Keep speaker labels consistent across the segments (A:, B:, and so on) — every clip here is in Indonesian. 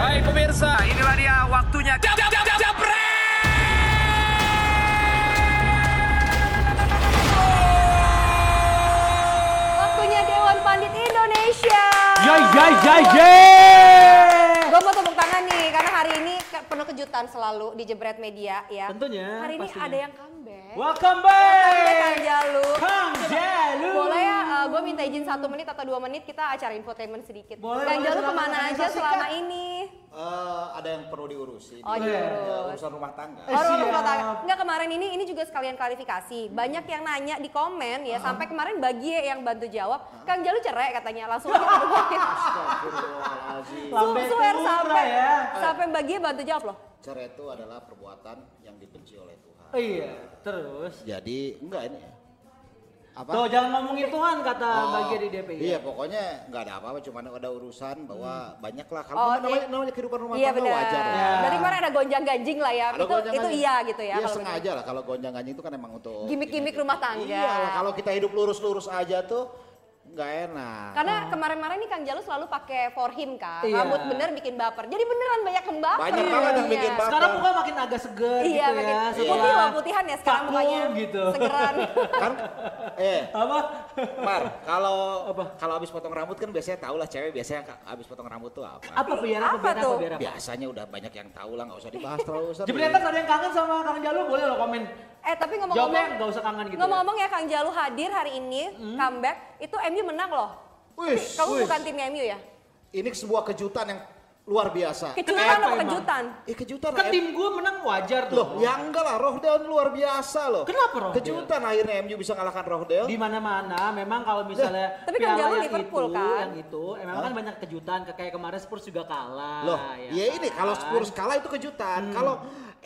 A: Hai pemirsa, inilah dia waktunya. Jap, jap, jap, japret!
B: Waktunya Dewan Pandit Indonesia.
C: Ya ya ya ya.
B: Gue mau tepuk tangan nih karena hari ini ke- penuh kejutan selalu di Jebret Media ya.
C: Tentunya,
B: Hari ini
C: pastinya.
B: ada yang comeback.
C: Welcome
B: Comeback Kang
C: back.
B: Jalu.
C: Kang Jalu.
B: Boleh ya, gue minta izin satu menit atau dua menit kita acara infotainment sedikit.
C: Boleh,
B: Kang
C: boleh,
B: Jalu
C: silakan,
B: kemana
C: silakan,
B: aja
C: silakan.
B: selama ini?
D: Eh, ada yang perlu diurusin.
B: Oh,
D: Ya,
B: diurus.
D: urusan rumah tangga.
C: Eh,
B: Oh,
C: siap.
B: rumah tangga. Enggak kemarin ini ini juga sekalian klarifikasi. Banyak yang nanya di komen ya sampai kemarin bagi yang bantu jawab, Kang Jalu cerai katanya. Langsung aja ngomongin.
D: Astagfirullahaladzim.
C: Lambe
B: Swear
C: tumura
B: sampai
C: ya.
B: sampai bagi bantu jawab loh.
D: Cerai itu adalah perbuatan yang dibenci oleh Tuhan.
C: Iya, terus.
D: Jadi enggak ini. ya. Apa?
C: Tuh jangan ngomongin Tuhan kata
D: Oh,
C: bagian di DPI.
D: Iya, pokoknya enggak ada apa-apa, cuma ada
C: Hmm.
D: urusan bahwa banyak lah kalau
B: Oh,
D: namanya, namanya,
B: iya.
D: kehidupan rumah
B: Iya
D: tangga
B: benar.
D: wajar. lah.
C: Ya.
B: Berarti kemarin ada gonjang ganjing lah ya.
D: Ada
B: itu itu
D: gonjang-ganjing.
B: iya gitu ya.
D: Iya,
B: kalau
D: sengaja lah kalau gonjang ganjing itu kan emang untuk
B: Gimik-gimik rumah tangga.
D: Iya, lah, kalau kita hidup lurus-lurus aja tuh enggak enak.
B: Karena kemarin-kemarin nih Kang Jalu selalu pakai for him kan.
C: Iya.
B: Rambut bener bikin baper. Jadi beneran banyak yang baper.
D: Banyak banget yang
B: Iya.
D: bikin baper.
C: Sekarang muka makin agak seger
B: Iya,
C: gitu
B: makin
C: ya.
B: putih
C: setelah
B: loh putihan ya sekarang
C: vakum
B: mukanya.
C: gitu.
B: Segeran.
D: kan eh
C: Apa?
D: Mar, kalau
C: Apa?
D: kalau habis potong rambut kan biasanya tau lah cewek biasanya ka- habis potong rambut tuh apa?
C: Apa biar apa
B: Apa
C: biar apa
B: tuh?
C: biar apa?
D: Biasanya udah banyak yang tahu lah, nggak usah dibahas terlalu serius.
C: Jebreters ada yang kangen sama Kang Jalu boleh loh komen.
B: eh tapi
C: Jawabnya
B: ngomong-ngomong.
C: nggak usah kangen gitu. ya. Hmm.
B: Ngomong-ngomong ya Kang Jalu hadir hari ini comeback itu MU menang loh.
D: Wih,
B: Kamu
D: wih.
B: bukan tim MU ya?
D: Ini sebuah kejutan yang luar biasa.
B: Kejutan
C: Apa
B: loh
C: emang?
B: kejutan.
D: Eh kejutan
C: Kan
D: lah,
C: tim gue menang wajar
D: M-
C: tuh.
D: Loh, ya enggak lah, Rohdeon luar biasa loh.
C: Kenapa Rohdeon?
D: Kejutan akhirnya MU bisa ngalahkan Rohdeon.
C: di mana-mana memang kalau misalnya
B: Tapi kan
C: piala
B: Jalu
C: yang
B: Liverpool
C: itu,
B: kan?
C: yang itu emang kan banyak kejutan Ke- kayak kemarin Spurs juga kalah
D: Loh, ya ini
C: kan? Hmm.
D: kalau Spurs kalah itu kejutan. Kalau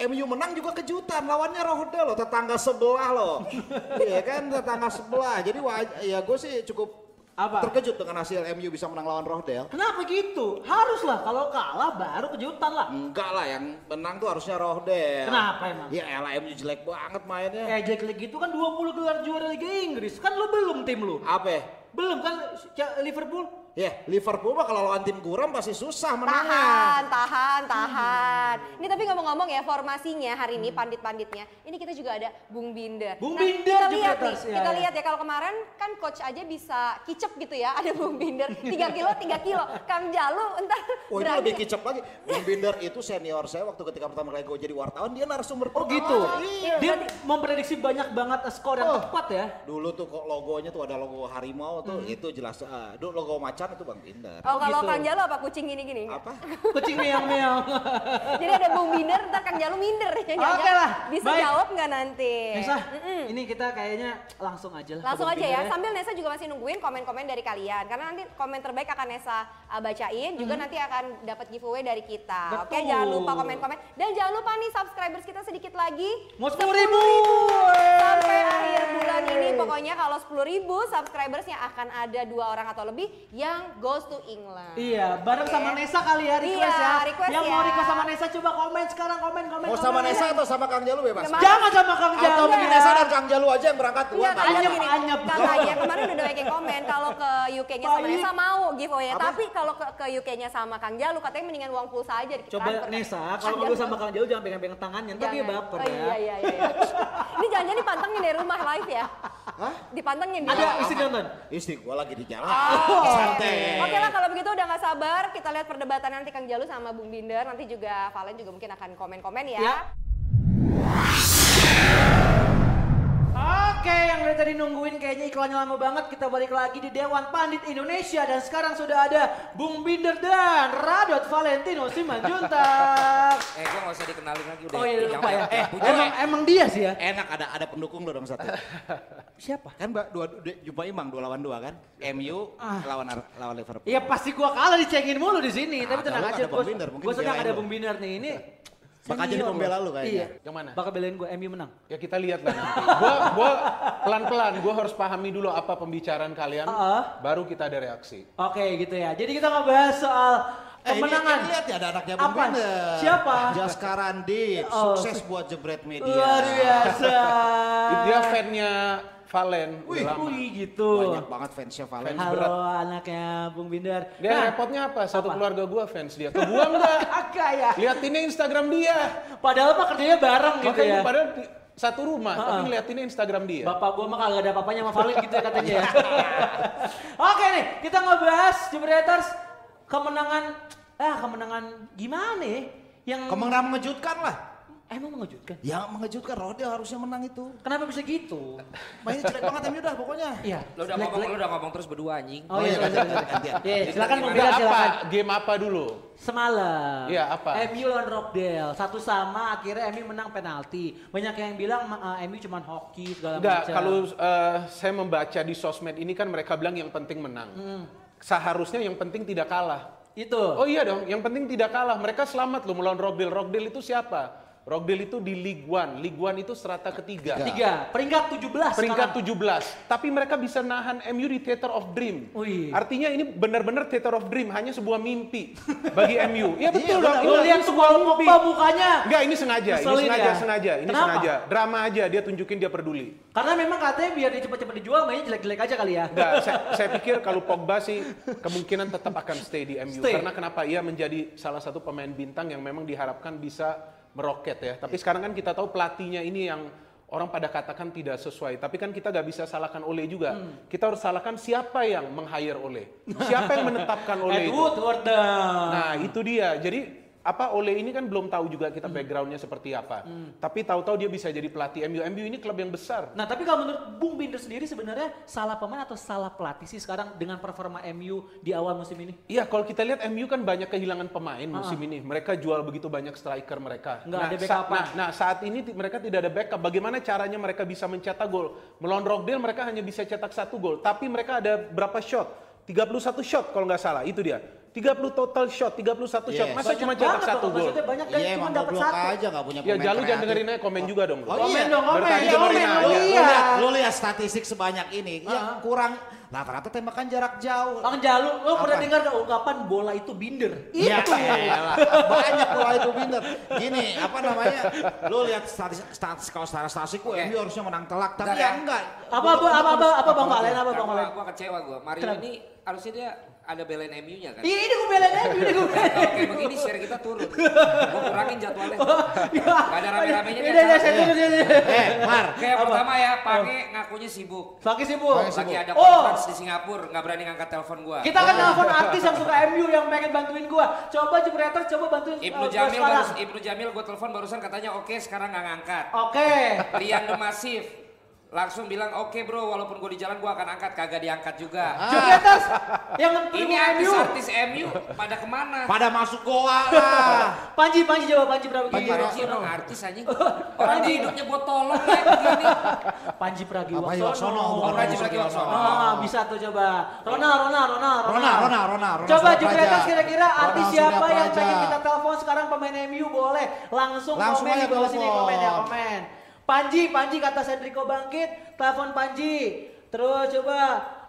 D: MU menang juga kejutan. Lawannya Rohde loh, tetangga sebelah loh. Iya kan, tetangga sebelah. Jadi waj- ya gue sih cukup
C: Apa?
D: terkejut dengan hasil MU bisa menang lawan Rohde.
C: kenapa gitu haruslah kalau kalah baru kejutan lah
D: Enggak lah, yang menang tuh harusnya Rohde.
C: Kenapa emang?
D: Ya elah MU jelek banget mainnya.
C: eh Jack League itu kan 20 gelar juara Liga Inggris kan lu belum tim lu
D: Apa ya?
C: belum kan Ya, Liverpool
D: Ya, Liverpool mah kalau lawan tim guram pasti susah menangnya.
B: Tahan, tahan, tahan.
C: Hmm.
B: Ini tapi ngomong-ngomong ya formasinya hari ini pandit-panditnya. Ini kita juga ada Bung Binder.
C: Bung
B: Nah,
C: Binder
B: kita
C: juga
B: lihat nih,
C: terus, ya,
B: kita
C: ya.
B: lihat ya kalau kemarin kan coach aja bisa kicep gitu ya. Ada Bung Binder 3 kilo, 3 kilo. Kang Jalu entar
C: Oh,
D: Wah ini
B: berani.
D: lebih kicep lagi. Bung Binder itu senior saya waktu ketika pertama kali gue jadi wartawan dia narasumber.
C: oh gitu
D: pertama. Iya.
C: dia memprediksi banyak banget eh, skor yang
D: Oh.
C: tepat ya
D: Dulu tuh kok logonya tuh ada logo harimau tuh
C: Hmm.
D: itu jelas. ah, dulu logo macan itu Bang Binder.
B: Oh, kalau
C: gitu.
B: Kang Jalu apa kucing gini-gini?
D: Apa?
C: kucing meong meong
B: Jadi ada Bung Binder, ntar Kang Jalu minder. Jangan-jangan
C: Oke lah,
B: Bisa
C: baik.
B: jawab nggak nanti?
C: Nesa ini kita kayaknya langsung aja lah ke
B: Langsung
C: Bung
B: aja ya,
C: Binder
B: sambil Nesa juga masih nungguin komen-komen dari kalian. Karena nanti komen terbaik akan Nesa uh, bacain, juga nanti akan dapat giveaway dari kita. Oke,
C: Mm-hmm. Betul.
B: jangan lupa komen-komen. Dan jangan lupa nih subscribers kita sedikit lagi.
C: mau sepuluh ribu
B: Sampai akhir bulan ini pokoknya kalau 10.000 subscribersnya akan ada dua orang atau lebih yang goes to England.
C: Iya, bareng sama Nesa kali ya request
B: Iya,
C: ya.
B: request
C: Yang
B: ya.
C: mau request sama Nesa coba komen sekarang komen komen.
D: Mau sama
C: komen.
D: Nesa atau sama Kang Jalu bebas?
B: Kemana?
C: Jangan sama Kang Iya, Jalu.
D: Atau mungkin
C: ya.
D: Nesa dan Kang Jalu aja yang berangkat dua.
B: Enggak,
D: Kang.
B: Iya, karena
C: anyep,
B: gini,
C: anyep.
B: Kang Ayah kemarin udah banyak yang komen kalau ke UK-nya sama
C: Baik.
B: Nesa mau giveaway
D: Apa?
B: tapi kalau ke, ke UK-nya sama Kang Jalu katanya mendingan uang pulsa aja di
C: Coba
B: transfer.
C: Nesa, kalau ngobrol sama Kang Jalu jangan pegang-pegang tangannya, ntar dia
B: Jangan.
C: baper
B: Oh,
C: ya.
B: Kan Iya iya iya. iya. Ini jangan-jangan dipantengin dari rumah live ya? Hah? Dipantengin di
C: Ada
B: rumah.
C: istri nonton.
D: Istri gue lagi di jalan.
C: Oh,
B: Oke.
D: Santai.
B: Oke lah kalau begitu udah nggak sabar kita lihat perdebatan nanti Kang Jalu sama Bung Binder nanti juga Valen juga mungkin akan komen-komen ya.
C: Ya. Oke, yang dari tadi nungguin kayaknya iklannya lama banget. Kita balik lagi di Dewan Pandit Indonesia dan sekarang sudah ada Bung Binder dan Radot Valentino Simanjuntak.
E: Eh, gua gak usah dikenalin lagi udah.
C: Oh iya, lupa ya.
E: Eh,
C: emang emang dia sih ya.
D: Enak ada ada pendukung lo dong satu.
C: Siapa?
D: kan mbak dua, dua jumpa imang dua lawan dua kan? MU
C: Ah.
D: lawan Ar- lawan Liverpool. Eh,
C: Ya pasti gua kalah dicengin mulu di sini, tapi
D: Ada
C: tenang
D: lu,
C: aja.
D: Nah, ada
C: Gua,
D: Bung Binder, mungkin
C: gua senang
D: belain
C: ada
D: lu.
C: Bung Binder nih. Ini
D: Bakal jadi
C: senior
D: pembela
C: gua.
D: lu kayaknya.
C: Iya.
F: Yang mana?
C: Bakal belain gua MU menang.
F: Ya kita lihat lah nanti. Gua, gua pelan-pelan, gua harus pahami dulu apa pembicaraan kalian,
C: Heeh.
F: baru kita ada reaksi.
C: Oke, gitu ya. Jadi kita ngebahas soal
D: Eh, ini-
C: kemenangan.
D: ini lihat ya ada anaknya Bung
C: Apa?
D: Binder.
C: Siapa?
D: Jaskar Andi.
C: Oh.
D: Sukses buat Jebret Media.
C: Luar biasa.
F: Dia fannya Valen. udah
D: Wih,
F: lama.
C: Eh. Wih gitu.
D: Banyak banget fansnya Valen.
F: Fans
C: Halo
F: berat.
C: anaknya Bung Binder. Nah,
F: Dia repotnya apa? Satu keluarga gua fans dia. Ke gua enggak.
C: Agak ya.
F: Liatinnya Instagram dia.
C: Padahal mah kerjanya bareng gitu
F: Makanya
C: ya.
F: padahal di- satu rumah, tapi
C: Ha-ha.
F: ngeliatinnya Instagram dia.
C: Bapak gua mah kagak ada apa-apanya sama Valid gitu ya katanya ya. Oke nih, kita ngebahas Jebreters kemenangan ah kemenangan gimana ya? Yang Eh,
D: Kemenangan mengejutkan lah.
C: emang mengejutkan.
D: Yang mengejutkan Rodel harusnya menang itu.
C: Kenapa bisa gitu?
D: Mainnya jelek banget MU dah pokoknya.
C: Iya.
A: Lo udah
C: jelek,
A: ngomong,
C: jelek.
A: lo udah ngomong terus berdua anjing.
C: Oh iya, lanjut, lanjut.
D: Gantian.
C: Iya, silakan Bung
F: Enggak
C: Binder
F: apa,
C: silakan.
F: game apa dulu?
C: Semalam.
F: Iya, apa?
C: MU lawan Rockdale. Satu sama akhirnya MU menang penalti. Banyak yang bilang eh, MU cuman hoki segala
F: Enggak,
C: macam.
F: kalau eh, saya membaca di sosmed ini kan mereka bilang yang penting menang.
C: Hmm.
F: Seharusnya yang penting tidak kalah.
C: itu.
F: Oh iya dong, yang penting tidak kalah. Mereka selamat loh melawan Rockdale. Rockdale itu siapa? Rockdale itu di League One. League One itu strata ketiga.
C: Tiga, peringkat 17
F: iya. Peringkat
C: sekarang.
F: 17. Tapi mereka bisa nahan MU di Theater of Dream.
C: Wih.
F: Artinya ini benar-benar Theater of Dream, hanya sebuah mimpi bagi MU. Iya betul dong.
C: Lu
F: ini
C: lihat tuh
F: sebuah
C: kalau
F: mimpi.
C: Pogba mukanya.
F: Enggak, ini sengaja, ini
C: Ngeselin
F: sengaja,
C: ya.
F: sengaja, ini
C: Kenapa?
F: sengaja. Drama aja, dia tunjukin dia peduli.
C: Karena memang katanya biar dia cepat-cepat dijual mainnya jelek-jelek aja kali ya.
F: Enggak, saya, saya pikir kalau Pogba sih kemungkinan tetap akan stay di MU.
C: Stay.
F: Karena kenapa? Ia menjadi salah satu pemain bintang yang memang diharapkan bisa meroket ya. Tapi sekarang kan kita tahu pelatihnya ini yang orang pada katakan tidak sesuai. Tapi kan kita nggak bisa salahkan Ole juga. Kita harus salahkan siapa yang meng-hire Ole. Siapa yang menetapkan Ole itu.
C: Edward Wardam.
F: Nah, itu dia. Jadi apa Ole ini kan belum tahu juga kita backgroundnya seperti apa. Tapi tahu-tahu dia bisa jadi pelatih MU. MU ini klub yang besar.
C: Nah, tapi kalau menurut Bung Binder sendiri sebenarnya salah pemain atau salah pelatih sih sekarang dengan performa MU di awal musim ini?
F: Iya, kalau kita lihat MU kan banyak kehilangan pemain musim ini. Mereka jual begitu banyak striker mereka.
C: Nggak ada
F: sa-
C: backup-an.
F: nah, nah, saat ini ti- mereka tidak ada backup. Bagaimana caranya mereka bisa mencetak gol? Melawan Rockdale mereka hanya bisa cetak satu gol, tapi mereka ada berapa shot? 31 shot kalau nggak salah, itu dia. 30 total shot, 31
D: Yes.
F: shot. Masa
C: Banyak
F: cuma cetak
C: banget
F: satu
C: loh,
F: gol?
C: Maksudnya banyak kan
D: Iya
C: cuma
D: emang
C: dapat
D: goblok
C: satu.
D: aja gak punya pemain
F: Ya, Jalu jangan
D: kreatif.
F: dengerin aja komen juga dong.
D: Oh,
C: Komen
D: iya.
C: dong, komen.
D: Berarti
C: Iya,
D: dengerin
C: komen.
D: aja.
C: Oh,
D: Lu
C: iya.
D: lihat- Lu lihat statistik sebanyak ini.
C: Ah.
D: Ya kurang rata-rata tembakan jarak jauh.
C: Bang Jalu, lo pernah
D: Apa?
C: dengar nggak ungkapan bola itu binder?
D: Iya, elah. banyak bola itu binder. Gini, apa namanya? Lu lihat statistik statis, kalau secara statistik gua MU harusnya menang telak, tapi
A: Enggak,
D: ya
A: ya.
D: enggak.
C: Apa apa apa apa, apa Bang Valen apa Bang
A: Karena
C: Valen?
A: gua kecewa gua. Mario
C: Kenapa?
A: ini harusnya dia ada belain MU-nya kan.
C: Iya, ini gue belain aja, ini gue belain.
A: Kalau kayak begini share kita turun. Gua kurangin jadwalnya. Gak ada rame-ramenya dia.
C: Iya, iya, iya,
A: salah.
C: saya turun, saya turun.
D: Eh, Mar,
A: Kayak
C: Apa?
A: pertama ya, Pange ngakunya sibuk.
C: Fakih sih, Bu.
A: Lagi ada
C: Oh.
A: conference di Singapura, nggak berani ngangkat telepon gua.
C: Kita akan nelfon artis yang suka MU yang pengen bantuin gua. Coba jebretor, coba bantuin
A: Ibnu
C: uh,
A: Jamil
C: Baskara.
A: baru, Ibnu Jamil gua telepon barusan katanya oke sekarang nggak ngangkat.
C: Oke.
A: Rian The Massive langsung bilang oke bro walaupun gue di jalan gue akan angkat kagak diangkat juga
C: Jebretors yang
A: Ah. ini
C: penting MU.
A: artis-artis MU pada kemana
D: pada masuk goa lah.
C: Panji, Panji jawab Panji
A: Panji Pragiwaksono
C: Pragiwaksono.
A: artis anjing orang dia hidupnya buat tolong kayak begini
C: Panji
D: Apa Yosono?
C: Pragiwaksono.
A: bukan Panji Pragiwaksono.
C: Ah, bisa tuh coba. Ronald, Ronald, Ronald,
D: Rona, Rona, Rona, Rona.
C: Ah. Coba
D: Surya
C: jebretas
D: Praja.
C: kira-kira
D: Rona
C: artis
D: Surya
C: siapa yang
D: Praja.
C: pengen kita telepon sekarang pemain MU boleh langsung,
D: Langsung
C: komen di
D: aja
C: bawah sini
D: telepon.
C: komen ya komen. Panji, Panji kata Sendriko bangkit, telepon Panji. Terus coba,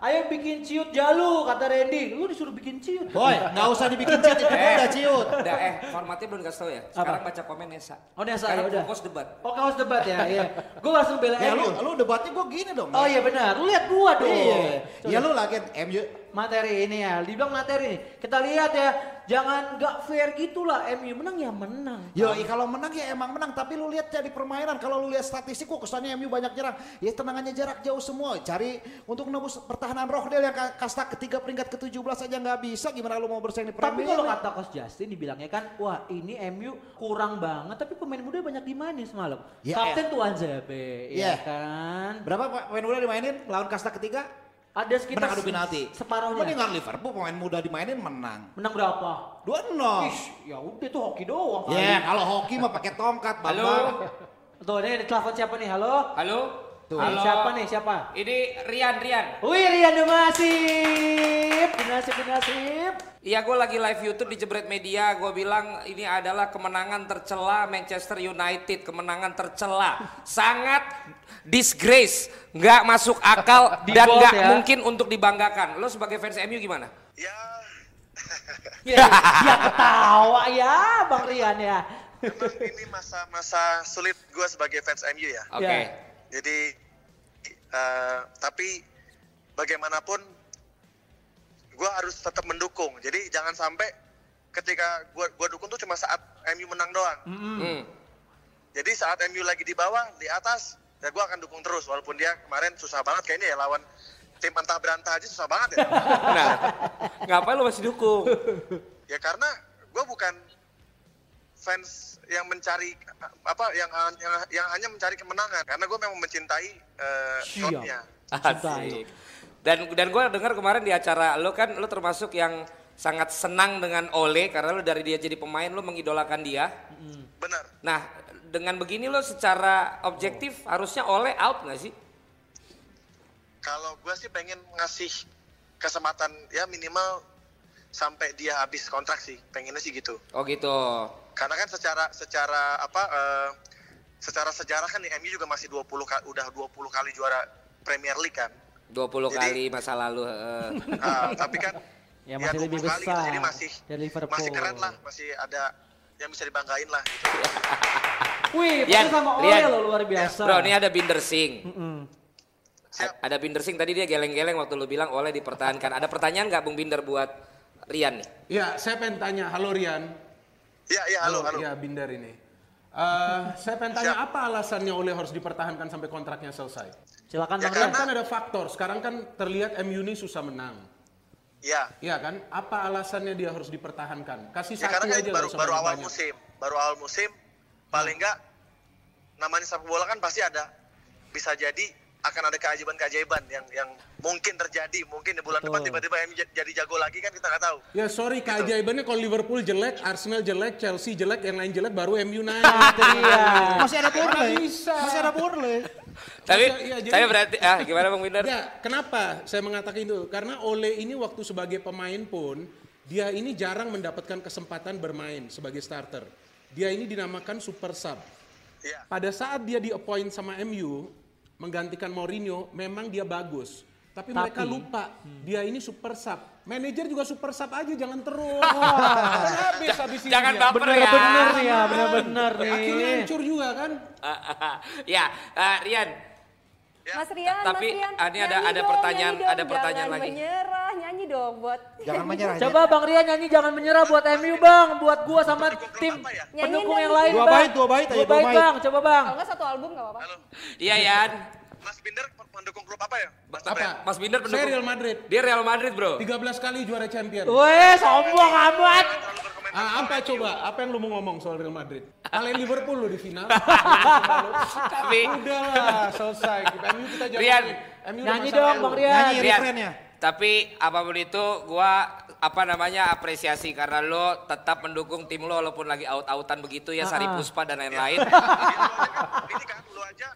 C: ayo bikin ciut jalu kata Randy. Lu disuruh bikin ciut.
D: Boy, nggak usah dibikin ciut, itu gua udah ciut.
A: udah eh formatnya belum kasih tau ya sekarang baca komen Nesa
C: Oh, Nesa,
A: sekarang
C: ya udah.
A: fokus debat
C: Oke, harus debat ya. Iya. Gue langsung bela
D: Ya lu,
C: MU.
D: lu debatnya gua gini dong.
C: Oh iya benar, lu lihat gua dong.
D: Iya.
C: Coba.
D: Ya lu lagi MU
C: materi ini ya, dibilang materi nih. Kita lihat ya, jangan gak fair gitulah. MU menang ya menang.
D: Yo, i- kalau menang ya emang menang, tapi lu lihat dari permainan. Kalau lu lihat statistik kok kesannya MU banyak nyerang. Ya tenangannya jarak jauh semua. Cari untuk nembus pertahanan Rochdale yang ka- kasta ketiga peringkat ke-17 aja nggak bisa. Gimana lu mau bersaing di
C: Tapi
D: Premier
C: kalau
D: League?
C: kata Coach Justin dibilangnya kan, wah ini MU kurang banget, tapi pemain muda banyak dimainin semalam.
D: Ya,
C: Kapten Tuan Zabe, ya
D: Ya.
C: kan?
D: Berapa Pak, pemain muda dimainin lawan kasta ketiga?
C: Ada sekitar
D: menang adu penalti.
C: separuhnya.
D: Mendingan Liverpool pemain muda dimainin menang.
C: Menang berapa?
D: 2-0.
C: Ish, Iya. ya udah tuh hoki doang.
D: Oh. Ya,
C: kali.
D: kalau hoki mah pakai tongkat, Bang.
A: halo
C: Tuh ini telepon siapa nih? Halo?
A: halo
D: Tuh.
C: Nih,
A: halo
C: Siapa nih? Siapa?
A: ini Rian Rian
C: Wih, Rian Dumasip. Dinasip, dinasip.
A: Iya gue lagi live YouTube di Jebret Media, gue bilang ini adalah kemenangan tercela Manchester United, kemenangan tercela, sangat disgrace, nggak masuk akal
C: Di
A: dan
C: bold
A: nggak
C: ya.
A: mungkin untuk dibanggakan. Lo sebagai fans MU gimana?
E: Ya,
C: Ya, dia ketawa ya, Bang Rian ya.
E: emang ini masa-masa sulit gue sebagai fans MU ya.
A: Oke.
C: Ya.
E: Jadi Eh, tapi bagaimanapun gue harus tetap mendukung. Jadi jangan sampai ketika gue gua dukung tuh cuma saat MU menang doang.
A: Hmm.
E: Jadi saat MU lagi di bawah, di atas, ya gue akan dukung terus. Walaupun dia kemarin susah banget kayaknya ya lawan tim antah berantah aja susah banget ya.
A: Nah, ngapain lu masih dukung?
E: ya karena gue bukan fans yang mencari apa yang yang, yang hanya mencari kemenangan karena gue memang mencintai eh,
C: Siap.
E: klubnya
A: Asik. Dan dan gue dengar kemarin di acara lo kan lo termasuk yang sangat senang dengan Ole karena lo dari dia jadi pemain lo mengidolakan dia.
E: benar
A: Nah, dengan begini lo secara objektif harusnya Ole out nggak sih?
E: kalau gue sih pengen ngasih kesempatan ya minimal sampai dia habis kontrak sih pengennya sih gitu
A: Oh gitu.
E: karena kan secara secara apa eh, secara sejarah kan di MU juga masih 20 ka- udah 20 kali juara Premier League kan
A: 20
E: Jadi-
A: kali masa lalu. heeh.
E: Ah, tapi kan
C: Ya, masih lebih
E: 20 kali gitu,
C: besar
E: jadi masih
C: dari Liverpool.
E: masih keren lah masih ada yang bisa dibanggain lah gitu.
C: Wih,
A: Rian,
C: pasti sama Ole
A: Rian.
C: lo luar biasa.
A: Bro, ini ada Binder Singh.
C: Mm.
E: Siap.
C: Ah,
A: Ada Binder Singh tadi dia geleng-geleng waktu lo bilang Ole dipertahankan. Ada pertanyaan nggak Bung Binder buat Rian nih?
F: Ya, saya pengen tanya, halo Rian.
E: Iya, iya,
C: oh,
E: halo, halo.
F: Iya, Binder ini. Eh, saya pengen tanya
E: Siap.
F: apa alasannya Ole harus dipertahankan sampai kontraknya selesai?
C: Silakan Bang
E: Ya,
F: Kan
C: Rian.
E: karena-
F: kan ada faktor. Sekarang kan terlihat MU ini susah menang.
E: Iya.
F: Iya kan? Apa alasannya dia harus dipertahankan? Kasih
E: Ya,
F: satu
E: karena kan
F: aja
E: baru
F: nggak usah
E: baru awal
F: banyak-banyak.
E: musim, baru awal musim paling
C: Hmm.
E: enggak namanya sepak bola kan pasti ada bisa jadi akan ada keajaiban-keajaiban yang yang mungkin terjadi, mungkin di bulan depan tiba-tiba MU j- jadi jago lagi kan kita nggak tahu.
F: Ya sorry,
E: Gitu.
F: keajaibannya kalau Liverpool jelek, Arsenal jelek, Chelsea jelek, yang lain jelek baru MU naik.
D: Masih ada Burnley.
F: Bisa.
D: Masih ada Burnley.
A: Tapi,
F: iya, jadi-
A: tapi berarti ah gimana Bung Binder?
F: Ya, kenapa saya mengatakan itu? Karena Ole ini waktu sebagai pemain pun dia ini jarang mendapatkan kesempatan bermain sebagai starter. Dia ini dinamakan super sub.
E: Iya.
F: Pada saat dia di-appoint sama MU menggantikan Mourinho, memang dia bagus. Tapi, mereka lupa dia ini super sub. Manajer juga super sub aja, jangan terus. Kan habis habis ini
A: Jangan
F: dia.
A: baper ya.
C: Bener-bener ya, bener-bener
F: Akhirnya
C: nih.
F: hancur juga kan?
A: ya, eh, Rian.
B: Mas Rian,
A: Ta- Ya. tapi,
B: Mas Rian,
A: ah, ini ada-
B: nyanyi
A: ada
B: dong,
A: pertanyaan-
B: nyanyi dong.
A: ada pertanyaan
B: Jangan
A: lagi.
B: menyerah, nyanyi dong buat
D: Jangan ya. menyerah.
C: Coba Bang Rian nyanyi jangan menyerah buat MU Bang, buat gua sama
E: Pendukung klub
C: tim
E: apa ya?
C: pendukung
B: Nyanyiin
C: yang
B: dong.
C: lain
D: Dua
C: Bang.
D: bait, dua bait aja,
C: Dua
D: dua
C: bait
D: bait.
C: Bang, coba Bang.
B: Kalau nggak satu album nggak apa-apa.
E: Halo.
A: Iya, Yan.
E: Mas Binder mendukung klub apa ya? Mas
F: Apa?
E: Binder?
A: Mas Binder pendukung.
F: Saya Real Madrid.
A: Dia Real Madrid, Bro.
F: 13 kali juara champion.
C: Weh, sombong amat.
E: Jangan terlalu berkomentar.
F: Ah, apa coba? Apa yang lu mau ngomong soal Real Madrid? Kalian Liverpool lo di final.
A: Tapi
F: Udah lah, selesai. MU kita jangan.
A: Rian.
F: MU udah
C: Nyanyi
F: masalah
C: dong
F: MU.
C: Bang Rian.
D: Nyanyi
A: Rian,
D: refrennya.
A: tapi apapun itu gua apa namanya apresiasi karena lo tetap mendukung tim lo walaupun lagi out-outan begitu ya Sari Puspa dan lain-lain.
C: Iya.
E: Ini lu aja kan- Ini kan lu aja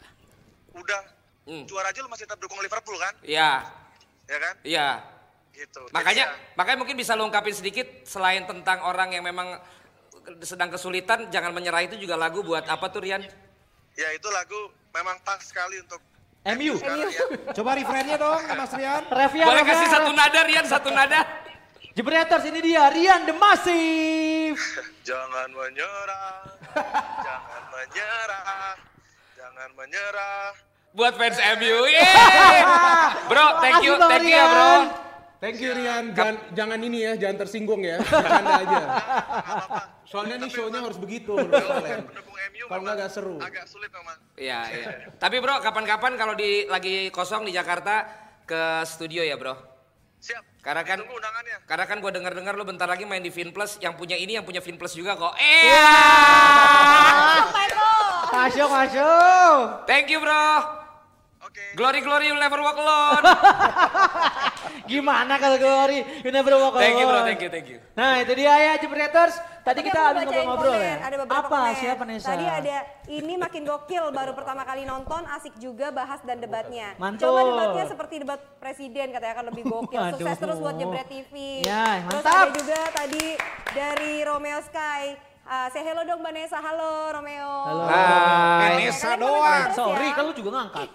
E: udah
A: Hmm.
E: juara aja lu masih tetap dukung Liverpool kan?
A: ya,
E: Ya kan?
A: ya.
E: Gitu. Jadi
A: Makanya
E: ya,
A: makanya mungkin bisa lo ungkapin sedikit selain tentang orang yang memang sedang kesulitan jangan menyerah itu juga lagu buat apa tuh Rian?
E: ya itu lagu memang pas sekali untuk
C: MU.
E: sekarang ya.
D: Coba refrennya dong Mas Rian.
C: Revian,
A: Boleh
C: Revian.
A: kasih satu nada Rian, satu nada.
C: Jebreters ini dia Rian The Massive.
E: Jangan menyerah, jangan menyerah, jangan menyerah.
A: buat fans MU. Yeay! Bro, thank you,
C: Makasih, Bang
A: thank you ya, bro.
C: Rian.
F: Thank you Rian. Jangan, jangan ini ya, jangan tersinggung ya. Bercanda aja. Soalnya nih show-nya harus begitu menurut kalian.
E: Pendukung MU
F: Kalau nggak
E: memang
F: agak seru.
E: Agak sulit memang.
A: Iya, iya. Tapi bro, kapan-kapan kalau di lagi kosong di Jakarta ke studio ya, bro.
E: Siap.
A: Karena kan
E: Tunggu undangannya.
A: karena kan gue dengar-dengar lo bentar lagi main di Vinplus, yang punya ini yang punya Vinplus juga kok. Eh,
C: Iya.
B: Sampai lo.
C: Masuk, masuk.
A: thank you, bro.
E: Oke.
A: Glory glory you'll never walk alone.
C: Gimana kalau Glory? You never walk
A: thank you, bro.
C: alone.
A: Thank you, thank you.
C: Nah, itu dia ya Jebreters. Tadi
B: Tadi
C: kita
B: aku
C: habis
B: bacain
C: ngobrol-ngobrol
B: komen,
C: ya.
B: Ada beberapa
C: Apa
B: komen.
C: siapa Nesa?
B: Tadi ada ini makin gokil baru pertama kali nonton asik juga bahas dan debatnya.
C: Mantul.
B: Coba debatnya seperti debat presiden katanya akan lebih gokil. Sukses
C: Waduh.
B: terus buat Jebret TV.
C: Ya,
B: Terus
C: mantap.
B: ada juga tadi dari Romeo Sky. Ah, say hello dong Mbak Nesa. Halo Romeo.
C: Halo.
A: Hai.
B: Kalian
D: Nesa
B: komen-komen
D: doang.
B: terus ya.
C: Sorry, kan lu juga ngangkat.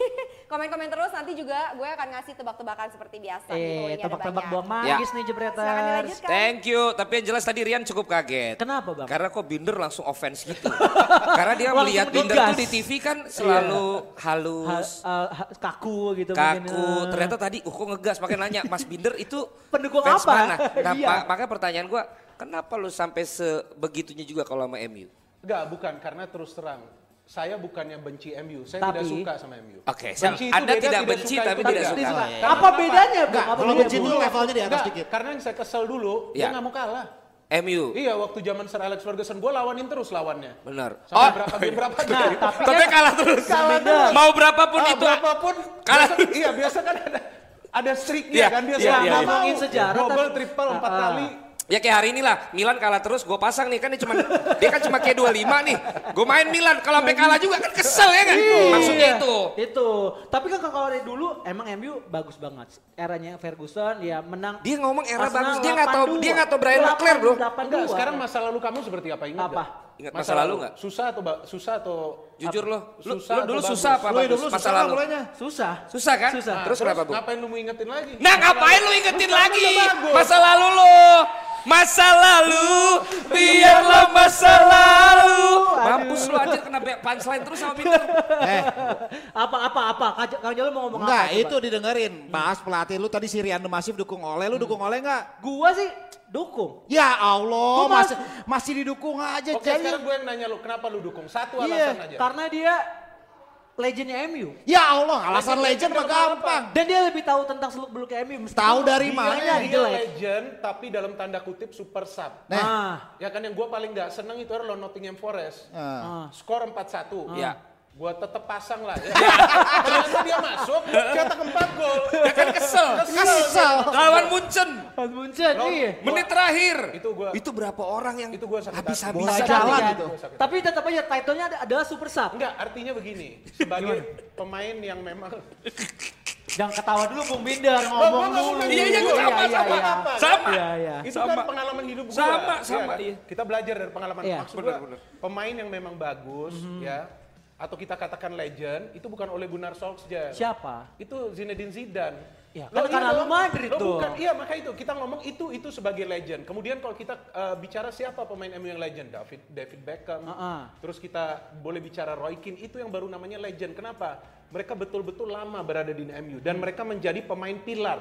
B: Komen-komen terus nanti juga gue akan ngasih tebak-tebakan seperti biasa. giveaway-nya
C: Eh,
B: ada
C: tebak-tebak
B: banyak.
C: buang
A: Ya.
C: magis nih
B: Silakan
C: jebreters.
B: dilanjutkan.
A: Thank you, tapi yang jelas tadi Rian cukup kaget.
C: Kenapa, Bang?
A: Karena kok Binder langsung offense gitu. Karena dia
C: Langsung
A: melihat Binder
C: digas.
A: tuh di TV kan selalu
C: Ha-
A: halus,
C: eh, ha- kaku gitu mungkin,
A: kaku.
C: eh.
A: Ternyata tadi uh kok ngegas pakai nanya, Mas Binder itu
C: Pendukung
A: fans
C: apa?"
A: Mana? Nah,
C: Iya.
A: pa- makanya pertanyaan gua, kenapa lu sampai sebegitunya juga kalau sama MU?
F: Enggak, bukan karena terus terang. Saya bukannya benci MU, saya
C: Tapi-
F: tidak suka sama MU.
A: Oke,
F: Benci
A: saya-
F: itu
A: Anda
F: beda,
A: tidak benci,
F: suka
A: tapi
F: itu
A: tidak
F: beda.
A: suka. Iya,
F: Tidak.
C: Apa
F: Karena
C: Kenapa?
F: kenapa?
C: bedanya, Bang?
D: Enggak,
C: Apa
D: kalau
C: bedanya,
D: benci
C: Bang?
D: dulu levelnya di atas
F: Enggak,
D: dikit.
F: karena yang saya kesel dulu, dia
A: Ya.
F: nggak mau kalah.
A: MU.
F: Iya, waktu zaman Sir Alex Ferguson, gue lawanin terus lawannya.
A: Benar.
F: Sampai
A: Oh.
F: berapa game berapa
C: Nah,
F: kali.
C: tapi
A: Tapi kalah terus.
F: Kalah terus.
A: Mau berapapun
F: Ah,
A: itu.
F: berapapun
A: Kalah.
F: biasa- iya biasa kan ada ada streaknya
A: Iya,
F: kan biasa
A: iya, iya,
F: nggak
A: iya.
C: Ngomongin sejarah,
F: double
C: tapi-
F: triple empat
C: Ah, ah.
F: kali
A: Ya kayak hari inilah Milan kalah terus gue pasang nih kan dia cuma dia kan cuma kayak 25 nih. Gue main Milan kalau sampai kalah juga kan kesel ya kan. Maksudnya
C: Iya,
A: itu.
C: Itu. Tapi kan kalau dari dulu emang MU bagus banget. Eranya Ferguson ya menang.
A: Dia ngomong era bagus,
C: Arsenal
A: dia nggak tahu
C: 82.
A: dia nggak tahu Brian Leclerc bro.
C: 82.
F: Enggak, sekarang masa lalu kamu seperti apa ingat
C: Apa?
F: nggak?
A: Ingat masa lalu nggak?
F: susah atau ba- susah atau
A: Jujur
F: apa?
A: lo, lo,
F: Susah
A: lo
F: atau
A: dulu
F: bagus?
A: susah apa
D: Lu hidup
A: bagus
D: lu
A: masa
D: susah lah
A: lalu?
D: mulainya.
C: susah.
A: Susah kan?
C: Susah.
A: Nah, terus kenapa bu?
F: ngapain lu mau ingetin lagi
A: Nah ngapain lu ingetin
F: Masa lalu
A: lagi
F: udah bagus.
A: masa lalu lo? Masa lalu biarlah masa lalu. Mampus lu aja kena back punchline terus sama Peter.
D: Eh,
C: Apa apa apa? Kak- Kang Jalo mau ngomong
D: enggak,
C: apa? coba?
D: itu didengerin. Bahas pelatih lu tadi si Rian Masif dukung oleh, lu dukung oleh enggak?
C: Gua sih dukung.
D: Ya Allah,
C: Gua mas-
D: masih masih didukung aja
F: oke
D: Jair.
F: sekarang gue yang nanya lu kenapa lu dukung satu
C: Iya,
F: alasan aja
C: karena dia legendnya MU.
D: Ya Allah, alasan legend mah
F: Legend
D: gampang.
C: Dan dia lebih tahu tentang seluk beluk MU. meskipun
D: Tahu dari
C: dia
D: mana?
C: nyari
F: dia
C: jelek.
F: legend tapi dalam tanda kutip super sub
D: Nah,
C: Ah,
F: ya kan yang gue paling nggak seneng itu adalah Nottingham Forest
D: eh.
C: ah.
F: skor 4-1
A: Iya.
F: gua tetep pasang lah ya. ternyata dia masuk cetak 4 gol
A: Kan kesel.
D: kesel.
A: Lawan Munchen.
C: Pas Munchen,
F: Lo-
C: iya.
A: Menit terakhir.
F: Itu gua-
A: Itu berapa orang yang
F: iya. Itu gua sakit hati.
D: Bola
A: habis-habisan
D: jalan
C: Tapi-
D: gitu.
C: Tapi tetap aja title-nya ada- adalah Super Sub.
F: enggak artinya begini sebagai pemain yang memang
C: Jangan ketawa dulu Bung Binder
F: gua
C: ngomong
F: nggak
C: dulu.
F: ngomong
A: Iya, iya,
F: dulu.
A: gua sama,
F: Iya, iya,
A: sama.
F: iya.
A: Sama.
C: Iya, iya.
F: itu
A: Sama.
F: kan pengalaman hidup gua
A: Sama,
F: Iya
A: sama,
F: kan?
A: iya.
F: kita belajar dari pengalaman
C: Iya.
F: maksud gua pemain yang memang bagus
A: Mhm.
F: ya atau kita katakan legend itu bukan oleh Gunnar Solskjaer
C: Siapa?
F: itu Zinedine Zidane
C: Ya,
F: Lo
C: kan karena
F: iya
C: lu
F: dong.
C: Madrid
F: Lo
C: tuh.
F: bukan, iya maka itu kita ngomong itu itu sebagai legend. Kemudian kalau kita eh, bicara siapa pemain MU yang legend, David David Beckham.
C: Heeh.
F: Terus kita boleh bicara Roy Keane itu yang baru namanya legend. Kenapa? Mereka betul-betul lama berada di MU dan mereka menjadi pemain pilar.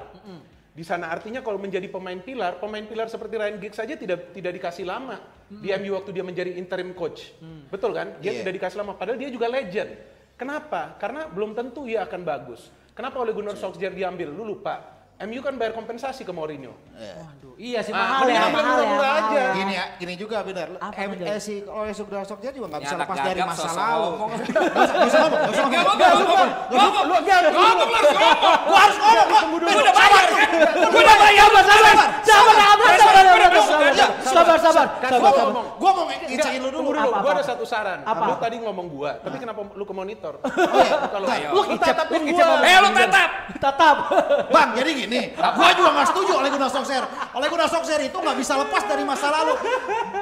F: Di sana artinya kalau menjadi pemain pilar, pemain pilar seperti Ryan Giggs saja tidak tidak dikasih lama di MU waktu dia menjadi interim coach.
C: Mm.
F: Betul kan? Dia
D: Iya.
F: tidak dikasih lama padahal dia juga legend. Kenapa? Karena belum tentu ia akan bagus. Kenapa oleh Gunnar Solskjaer diambil? Lu lupa. MU kan bayar kompensasi ke Mourinho.
C: Waduh, iya sih
F: Ah,
C: mahal ya,
F: mendingan
C: mahal ya.
F: murah-murah
C: mahal
F: aja.
C: ya.
D: Gini ya, gini juga benar.
C: Apa
D: M-
C: benar?
D: eh, si oleh Sugdar Sogja juga nggak
A: Ini
D: bisa
A: anak
D: lepas dari
A: gagap,
D: masa
A: sosok
D: lalu.
A: ngomong.
D: Nggak usah- nggak usah ngomong, nggak usah ngomong.
A: Gak ngomong, ngomong, ngomong, ngomong, lu harus ngomong. Gua harus ngomong, gua- gua udah bayar kan? Gua udah bayar, sabar, sabar,
C: Sabar, sabar, sabar,
A: Gua udah
C: sabar,
A: ngomong,
C: sabar,
A: kan?
C: sabar, sabar,
F: Kasih
C: sabar,
F: gua
C: sabar.
F: ngomong.
D: Gua mau ngecengin lu dulu. Ah.
F: Tunggu
C: Apa,
F: gua
C: apa?
F: ada satu saran.
C: Apa?
F: Lu tadi ngomong gua, tapi kenapa lu ke monitor?
D: Oh, iya.
F: Kalau
A: Ayo.
C: Lu kicap,
F: tatapin
C: lu
F: gua.
C: kicap.
A: Eh, Oh, lu tatap.
C: Tetap.
D: Bang, jadi gini, Nah, gua juga nggak setuju oleh Gunnar Solskjaer. Oleh Gunnar Solskjaer itu nggak bisa lepas dari masa lalu.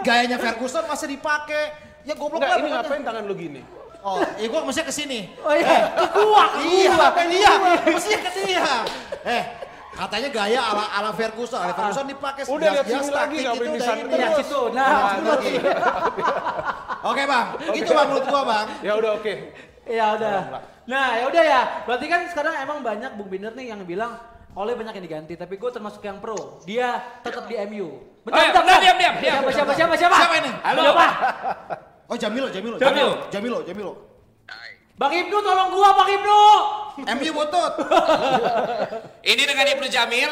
D: Gayanya Ferguson masih dipakai. Ya goblok lah.
F: Enggak, ini
D: pokoknya.
F: ngapain tangan lu gini?
D: Oh, ya gua mestinya kesini.
C: Oh iya, ke gua, ke
D: Iya,
C: gua.
D: iya, mestinya ke dia. Eh, katanya gaya ala ala Ferguson, ala Ferguson dipakai
F: Udah lihat
D: sebelas
F: sini lagi
D: taktik
F: nggak
D: itu,
F: boleh
D: udah
F: disandar.
D: ini.
C: Iya, situ. Nah,
D: Nah, gitu. Oke bang, gitu bang menurut gua bang.
F: Ya udah oke.
C: Iya udah. Nah ya udah ya. Berarti kan sekarang emang banyak Bung Binder nih yang bilang oleh banyak yang diganti, tapi gue termasuk yang pro. Dia tetap di MU.
A: Eh, bentar, diam, diam, diam.
C: Siapa, siapa, siapa, siapa?
D: Siapa ini?
A: Halo.
C: Siapa?
D: Oh Jamilo, Jamilo,
A: Jamilo.
D: Jamilo, Jamilo.
C: Bang Ibnu tolong gua, Bang Ibnu.
D: MU butut.
A: Ini dengan Ibnu Jamil.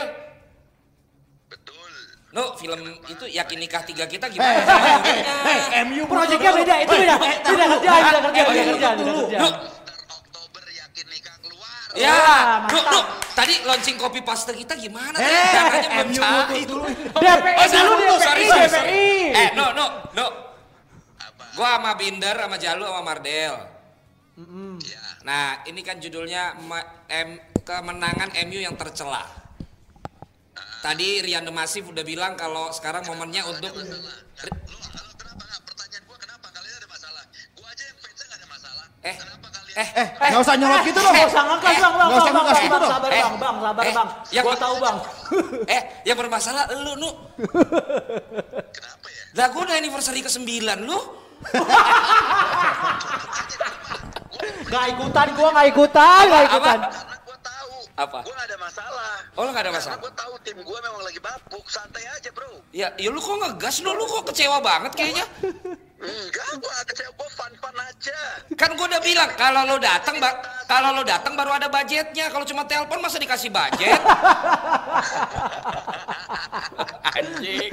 E: Betul.
A: No, film itu yakin nikah tiga kita
D: Hei,
A: gimana?
D: hei, hei, hei, MU butut.
C: Proyeknya beda, ya? itu beda. Tidak kerja, tidak kerja,
A: eh,
C: tidak
A: eh,
C: kerja, tidak
D: dulu.
C: kerja.
A: Nuh,
E: Ntar Oktober yakin nikah keluar.
A: ya,
C: Wah,
A: Nuh,
C: Ah, mantap.
A: Nuh, tadi launching kopi paste kita gimana? tadi?
D: Eh.
A: Jangan
D: Hei, MU
A: aja
D: butut
A: memcah.
D: dulu.
C: DPI
A: Oh,
C: dulu,
A: salah lu, sorry,
C: DPI,
A: sorry, sorry.
C: DPI.
A: Eh, no, no, no. Gua sama Binder, sama Jalu, sama Mardel. Nah, ini kan judulnya Ma- M- kemenangan MU yang tercela. Tadi Rian Demasif udah bilang kalau sekarang momennya untuk
E: Lu, kalau kenapa nggak pertanyaan gua kenapa kalian ada masalah? Gua aja yang fans nggak ada masalah.
A: Eh.
E: Kenapa kalian
A: Eh,
D: Eh, nggak usah nyolot gitu dong.
C: Nggak usah ngangkas bang, bang,
D: Nggak usah
C: bang, bang,
D: ngangkas
C: bang,
D: gitu
C: bang,
D: dong.
C: sabar
A: Eh,
C: bang, bang, sabar
A: eh,
C: bang.
A: yang-
C: Gua tahu bang.
A: eh, yang bermasalah lu, Nu.
E: Kenapa ya?
A: Lah gua udah anniversary ke-9 lu.
C: Gak ikutan, gua gak ikutan, gak
A: Apa?
C: ikutan.
E: Karena gue tahu.
A: Apa?
E: Gue gak ada masalah.
A: Oh, lu nggak ada masalah?
E: Karena gue tahu tim gue memang lagi babuk. Santai aja bro.
A: Ya, ya lu kok ngegas lu, lu kok kecewa banget kayaknya.
E: Enggak, gue kecewa. Gue fun-fun aja.
A: Kan gua udah bilang kalau lo datang ba- kalau lo datang baru ada budgetnya. Kalau cuma telepon masa dikasih budget? Anjing.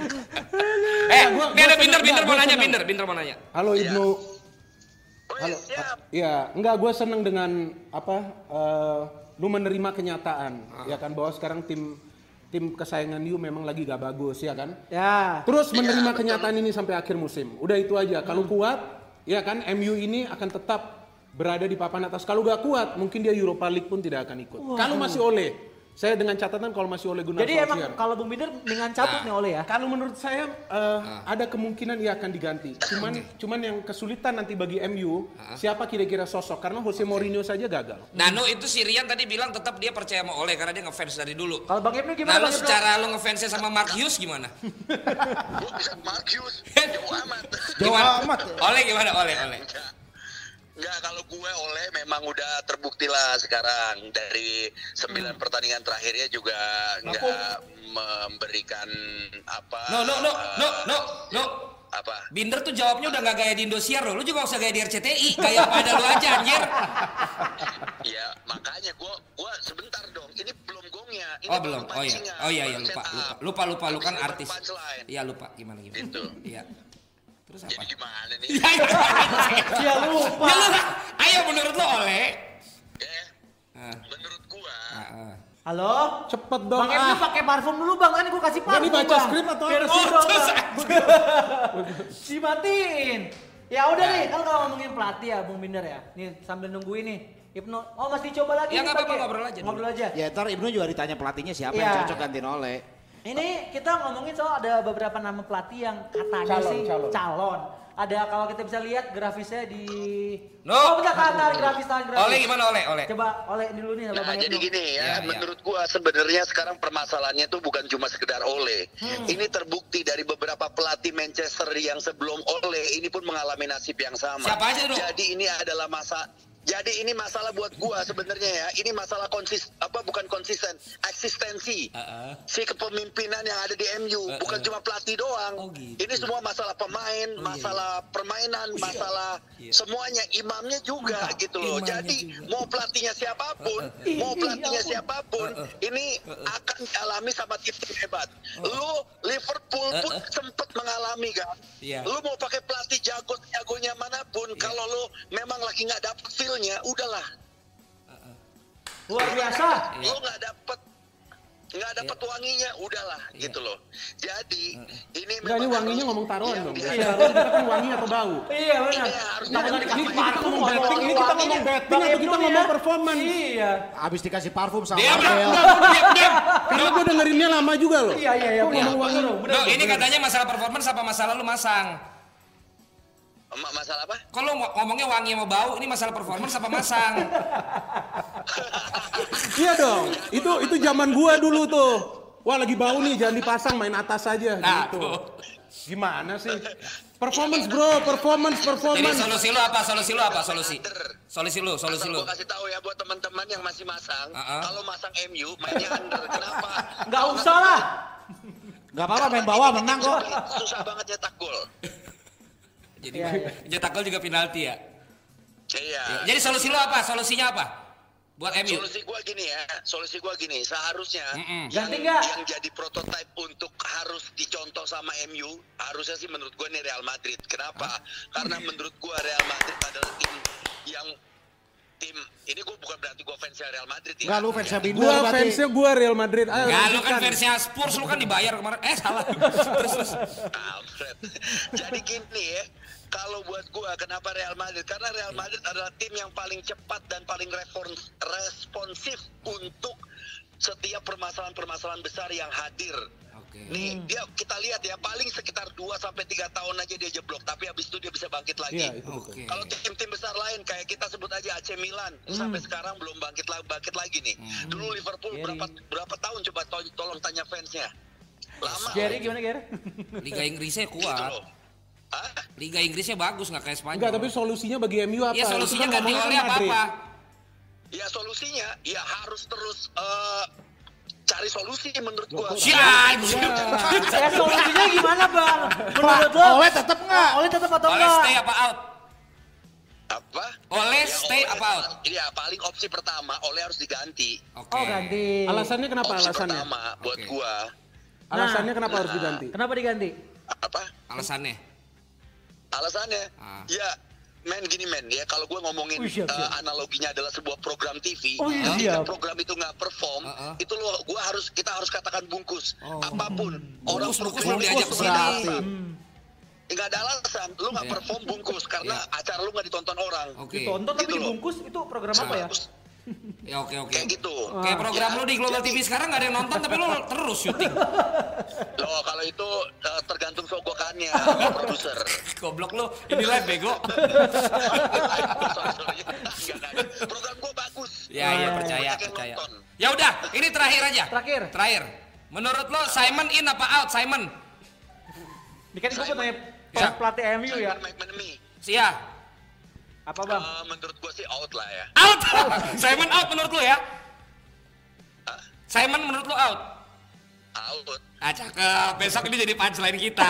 A: eh,
F: gua-
A: ini ada
F: gua
A: binder
F: seneng,
A: binder
F: gua
A: mau nanya
F: seneng.
A: binder, binder mau nanya.
F: Halo Ibnu.
E: Oh, iya,
F: Halo.
E: siap.
F: Iya, enggak gue seneng dengan apa eh, lu menerima kenyataan ya kan bahwa sekarang tim tim kesayangan you memang lagi gak bagus ya kan?
C: Ya.
F: Terus menerima kenyataan ini sampai akhir musim. Udah itu aja. Kalau kuat, ya kan MU ini akan tetap berada di papan atas. Kalau gak kuat, mungkin dia Europa League pun tidak akan ikut. Kalau masih oleh, saya dengan catatan kalau masih oleh Gunnar
C: Jadi emang
F: Solskjaer.
C: kalau Bung Binder mendingan
A: Nah.
C: cabut nih oleh ya.
F: Kalau menurut saya eh,
A: Ah.
F: ada kemungkinan ia akan diganti. Cuman cuman yang kesulitan nanti bagi MU
A: Ah.
F: siapa kira-kira sosok karena Jose Mourinho saja gagal.
A: Nah, Nu itu si Rian tadi bilang tetap dia percaya sama Oleh karena dia ngefans dari dulu.
C: Kalau Bang
A: Nah,
C: Ibnu Oh, gimana
A: lu
C: Bang Ibnu?
A: secara lu ngefansnya sama Mark Hughes gimana?
E: Gue bisa Mark Hughes. Jauh amat.
A: Gimana?
D: amat.
A: Oleh gimana? Oleh, oleh.
E: Enggak. Enggak, kalau gue oleh memang udah terbukti lah sekarang dari
A: Hmm.
E: 9 pertandingan terakhirnya juga enggak memberikan apa eh,
A: No, no, no, no, no, no.
E: apa
A: Binder tuh jawabnya udah nggak gaya di Indosiar loh. Lu juga nggak usah gaya di RCTI. Kayak pada lu aja anjir.
E: ya makanya gue gue sebentar dong ini belum gongnya ini
A: Oh belum. Oh iya.
E: pancingan,
A: Oh iya, iya
E: baru
A: lupa,
E: set
A: lupa.
E: up.
A: Lupa lupa lu
E: Habis
A: kan
E: itu baru
A: artis.
E: punchline.
A: Iya lupa gimana gimana.
E: Gitu.
A: Iya. Terus apa?
E: jadi gimana nih
A: Ya, itu anjing.
C: Dia Iya, lupa.
A: Ya, lu- ayo menurut lu oleh.
E: eh,
A: Ah,
E: menurut gue
A: ah, ah.
C: Halo?
F: Cepet dong.
C: Bang Ibnu
F: ah.
C: pakai parfum dulu Bang, kan gua kasih parfum.
F: Ini baca
C: Bang.
F: skrip atau
C: Biar
F: apa?
C: seru,
A: Oh, terus,
C: Bang. Dimatiin. Ya udah
A: Nah.
C: nih, kan kalau ngomongin pelatih ya Bung Binder ya. Nih sambil nungguin nih. Ibnu, oh masih coba lagi.
A: Ya,
C: nih
A: nggak apa-apa,
C: pakai.
A: ngobrol aja dulu.
C: Ngobrol aja.
G: Ya ntar Ibnu juga ditanya pelatihnya siapa yang
C: Iya.
G: cocok gantiin oleh.
C: Ini kita ngomongin soal ada beberapa nama pelatih yang katanya
F: Calon,
C: sih
F: calon.
C: calon. Ada kalau kita bisa lihat grafisnya di
A: No.
C: Oh, bentar, tahan, tahan, grafis, tahan, grafis.
A: Oleh gimana oleh oleh.
C: Coba oleh ini dulu nih sama
E: Nah,
C: Bang
E: jadi
C: Ibnu.
E: gini
A: Ya,
E: ya,
A: ya.
E: menurut gua sebenarnya sekarang permasalahannya tuh bukan cuma sekedar Ole. Ini terbukti dari beberapa pelatih Manchester yang sebelum Ole ini pun mengalami nasib yang sama.
A: Siapa aja, Dok?
E: Jadi ini adalah masa jadi ini masalah buat gua sebenarnya ya. Ini masalah konsis apa bukan konsisten, eksistensi.
A: Ah, ah.
E: Si kepemimpinan yang ada di MU
A: Eh,
E: bukan
A: eh.
E: cuma pelatih doang.
A: Oh, gitu.
E: Ini semua masalah pemain,
A: iya, Oh,
E: masalah permainan, masalah
A: Iya.
E: semuanya imamnya juga gitu loh.
A: Imamnya
E: Jadi
A: juga. Eh,
E: mau pelatihnya siapapun, mau
A: Iya,
E: pelatihnya siapapun, ini akan alami sama tim-tim hebat.
A: Eh,
E: Lu Liverpool pun sempat mengalami kan.
A: Iya.
E: Lu mau pakai pelatih jago jagonya manapun, kalau lu memang lagi nggak dapet feel-nya, udahlah.
C: Luar biasa.
A: Iya.
E: Lu nggak dapet nggak dapet wanginya, udahlah
A: Iya.
E: gitu loh. Jadi ini
F: Enggak ini
E: memang
F: wanginya
E: harus-
F: ngomong taruhan
E: yang
F: dong.
E: di-
F: Iya, taruhan kita kan wangi atau bau.
C: Iya benar.
E: Iya, harus
C: Nah,
E: ngomong
C: ini
E: dari
C: Iya, kita
F: kaki.
C: ngomong
F: Ngomong
C: betting,
F: ini kita ngomong
C: betting,
F: betting atau
C: Ibnu
F: kita
C: nih
F: ngomong
C: ya.
F: performance?
C: Iya.
D: Abis dikasih parfum sama
G: Iya,
A: Diam,
D: Abel.
A: diam, diam, diam.
F: Karena gue dengerinnya lama juga loh.
C: Iya iya iya.
F: Kok
C: benar,
F: ngomong wangi?
C: benar, benar,
A: Dok, ini
C: benar.
A: katanya masalah performance apa masalah lu masang?
E: Ma- masalah apa?
A: Kalau ngo- ngomongnya wangi sama bau, ini masalah performance apa masang?
F: Iya dong. Itu itu zaman gua dulu tuh. Wah lagi bau nih, jangan dipasang, main atas aja
A: Nah,
F: gitu.
A: tuh.
F: Gimana sih? Performance bro, performance,
A: Jadi
F: performance.
A: solusi lu apa? Solusi lu apa? Solusi. Solusi lu, solusi
E: Asal
A: lu.
E: gua kasih tahu ya buat teman-teman yang masih masang,
A: Ah, ah.
E: kalau masang MU mainnya under. Kenapa?
C: Nggak usah lah.
G: Gak apa-apa main bawah menang kok.
E: Susah banget nyetak gol.
A: Jadi cetak gol juga penalti ya.
E: Iya.
A: Jadi solusi lu apa? Solusinya apa? Buat MU.
E: Solusi gua gini ya, solusi gua gini, seharusnya
A: Mm-mm.
E: yang,
C: Ganti nggak?
E: yang jadi prototipe untuk harus dicontoh sama MU, harusnya sih menurut gua nih Real Madrid. Kenapa? Karena menurut gua Real Madrid adalah tim yang tim ini gua bukan berarti gua fans Real Madrid ya.
D: Enggak lu fansnya Binder
F: Gua
D: berarti.
F: fansnya gua Real Madrid.
A: Enggak,
F: Ayo,
A: lu kan
F: lanjutkan.
A: fansnya Spurs, lu kan dibayar kemarin. Eh, salah. Terus, terus.
E: Alfred. Jadi gini ya, kalau buat gua kenapa Real Madrid? Karena Real Madrid adalah tim yang paling cepat dan paling respons- responsif untuk setiap permasalahan-permasalahan besar yang hadir. Nih, dia kita lihat ya paling sekitar 2 sampai 3 tahun aja dia jeblok, tapi habis itu dia bisa bangkit lagi.
F: Iya, itu betul.
G: Oke.
E: Kalau tim-tim besar lain kayak kita sebut aja AC Milan sampai sekarang belum bangkit lagi bangkit lagi nih. Dulu Liverpool
C: Gary.
E: berapa berapa tahun coba to- tolong tanya fansnya. Lama.
C: Gary gimana Gary?
G: Liga Inggrisnya
E: Gitu
G: kuat.
E: loh. Hah?
G: Liga Inggrisnya bagus nggak kayak Spanyol.
F: Enggak, tapi solusinya bagi MU apa?
G: ya solusinya
F: Itu kan
G: ganti
F: ngomongnya kan
G: oleh apa
F: Madrid.
G: apa?
E: Ya solusinya ya harus terus eh, cari solusi menurut gua.
G: Si anjing.
C: Ya solusinya gimana bang? Menurut lo?
A: Oleh tetep nggak?
C: Oleh tetap atau
G: Oleh
C: enggak?
G: stay apa out?
E: Apa?
G: Oleh
E: Ya,
G: stay
E: Oleh-
G: apa out?
E: Iya, paling opsi pertama Oleh harus diganti.
G: Oke.
C: Oh ganti.
F: Alasannya kenapa
G: Oh,
E: opsi
F: alasannya?
E: pertama buat
G: Oke.
E: gua
G: Nah.
F: Alasannya kenapa harus diganti?
C: Kenapa diganti?
E: apa?
G: Alasannya.
E: Alasannya
G: Ah. Oh, iya,
E: ya men gini men ya kalau gua ngomongin
C: Wih, siap,
E: eh,
C: siap.
E: analoginya adalah sebuah program TV.
C: Oh, iya,
E: Ketika
C: siap.
E: program itu nggak perform,
G: Ah, ah.
E: itu lo gua harus kita harus katakan bungkus. Apapun orang
G: Bungkus, bungkus
E: perlu
G: belum diajak Hmm.
E: bungkus,
G: ke sini.
E: nggak ada alasan. Nggak ada alasan, lu
G: Iya.
E: nggak perform bungkus karena acara lu nggak ditonton orang.
G: Oke.
C: Ditonton tapi
E: Gitu loh.
C: dibungkus itu program apa ya?
E: Terus,
G: Ya oke oke.
E: Kayak gitu.
G: Kayak program
E: Ya,
G: lu di Global TV sekarang nggak ada yang nonton tapi lu terus syuting.
E: Loh kalau itu eh, tergantung sogokannya produser.
G: Goblok lu, ini live bego.
E: Sorry, sorry. Nggak, nggak, nggak. Program gua bagus.
G: Ya ya
C: Ah.
G: percaya
E: Banyak iya. yang
G: percaya.
E: nonton.
G: Ya udah, ini terakhir aja.
C: Terakhir.
G: Terakhir. Menurut lo Simon in apa out Simon?
C: Ini kan gue mau tanya
G: Ya.
C: pelatih MU ya.
E: Simon McManamy.
G: Sia.
C: Apa bang?
E: Eh, menurut gua sih out lah ya.
G: Out. Simon out menurut lo ya? Simon menurut lo out?
E: Out.
G: Ah cakep, besok ini jadi punchline kita.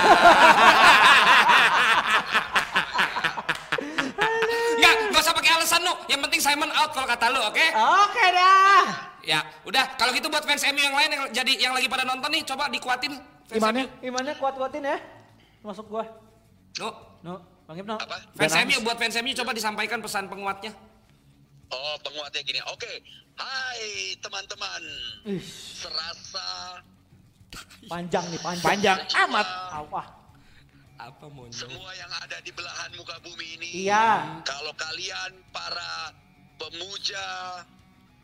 G: Enggak, gak usah pakai alasan lu. Yang penting Simon out kalau kata lu, oke?
C: Oke dah.
G: Ya, udah. Kalau gitu buat fans MU yang lain yang jadi yang lagi pada nonton nih, coba dikuatin. Fans
A: Gimana?
C: Imannya kuat-kuatin ya. Masuk gua.
G: MU. No.
C: No, Bang kan? Ibnu.
E: Apa?
G: Fans
A: Dan
G: MU buat fans MU coba disampaikan pesan penguatnya.
E: Oh, penguatnya gini. Oke. Hai, teman-teman.
C: Ih,
E: Serasa
C: panjang nih, panjang.
A: Panjang amat.
C: Awah.
G: Apa mau?
E: semua yang ada di belahan muka bumi ini.
C: Iya.
E: Kalau kalian para pemuja,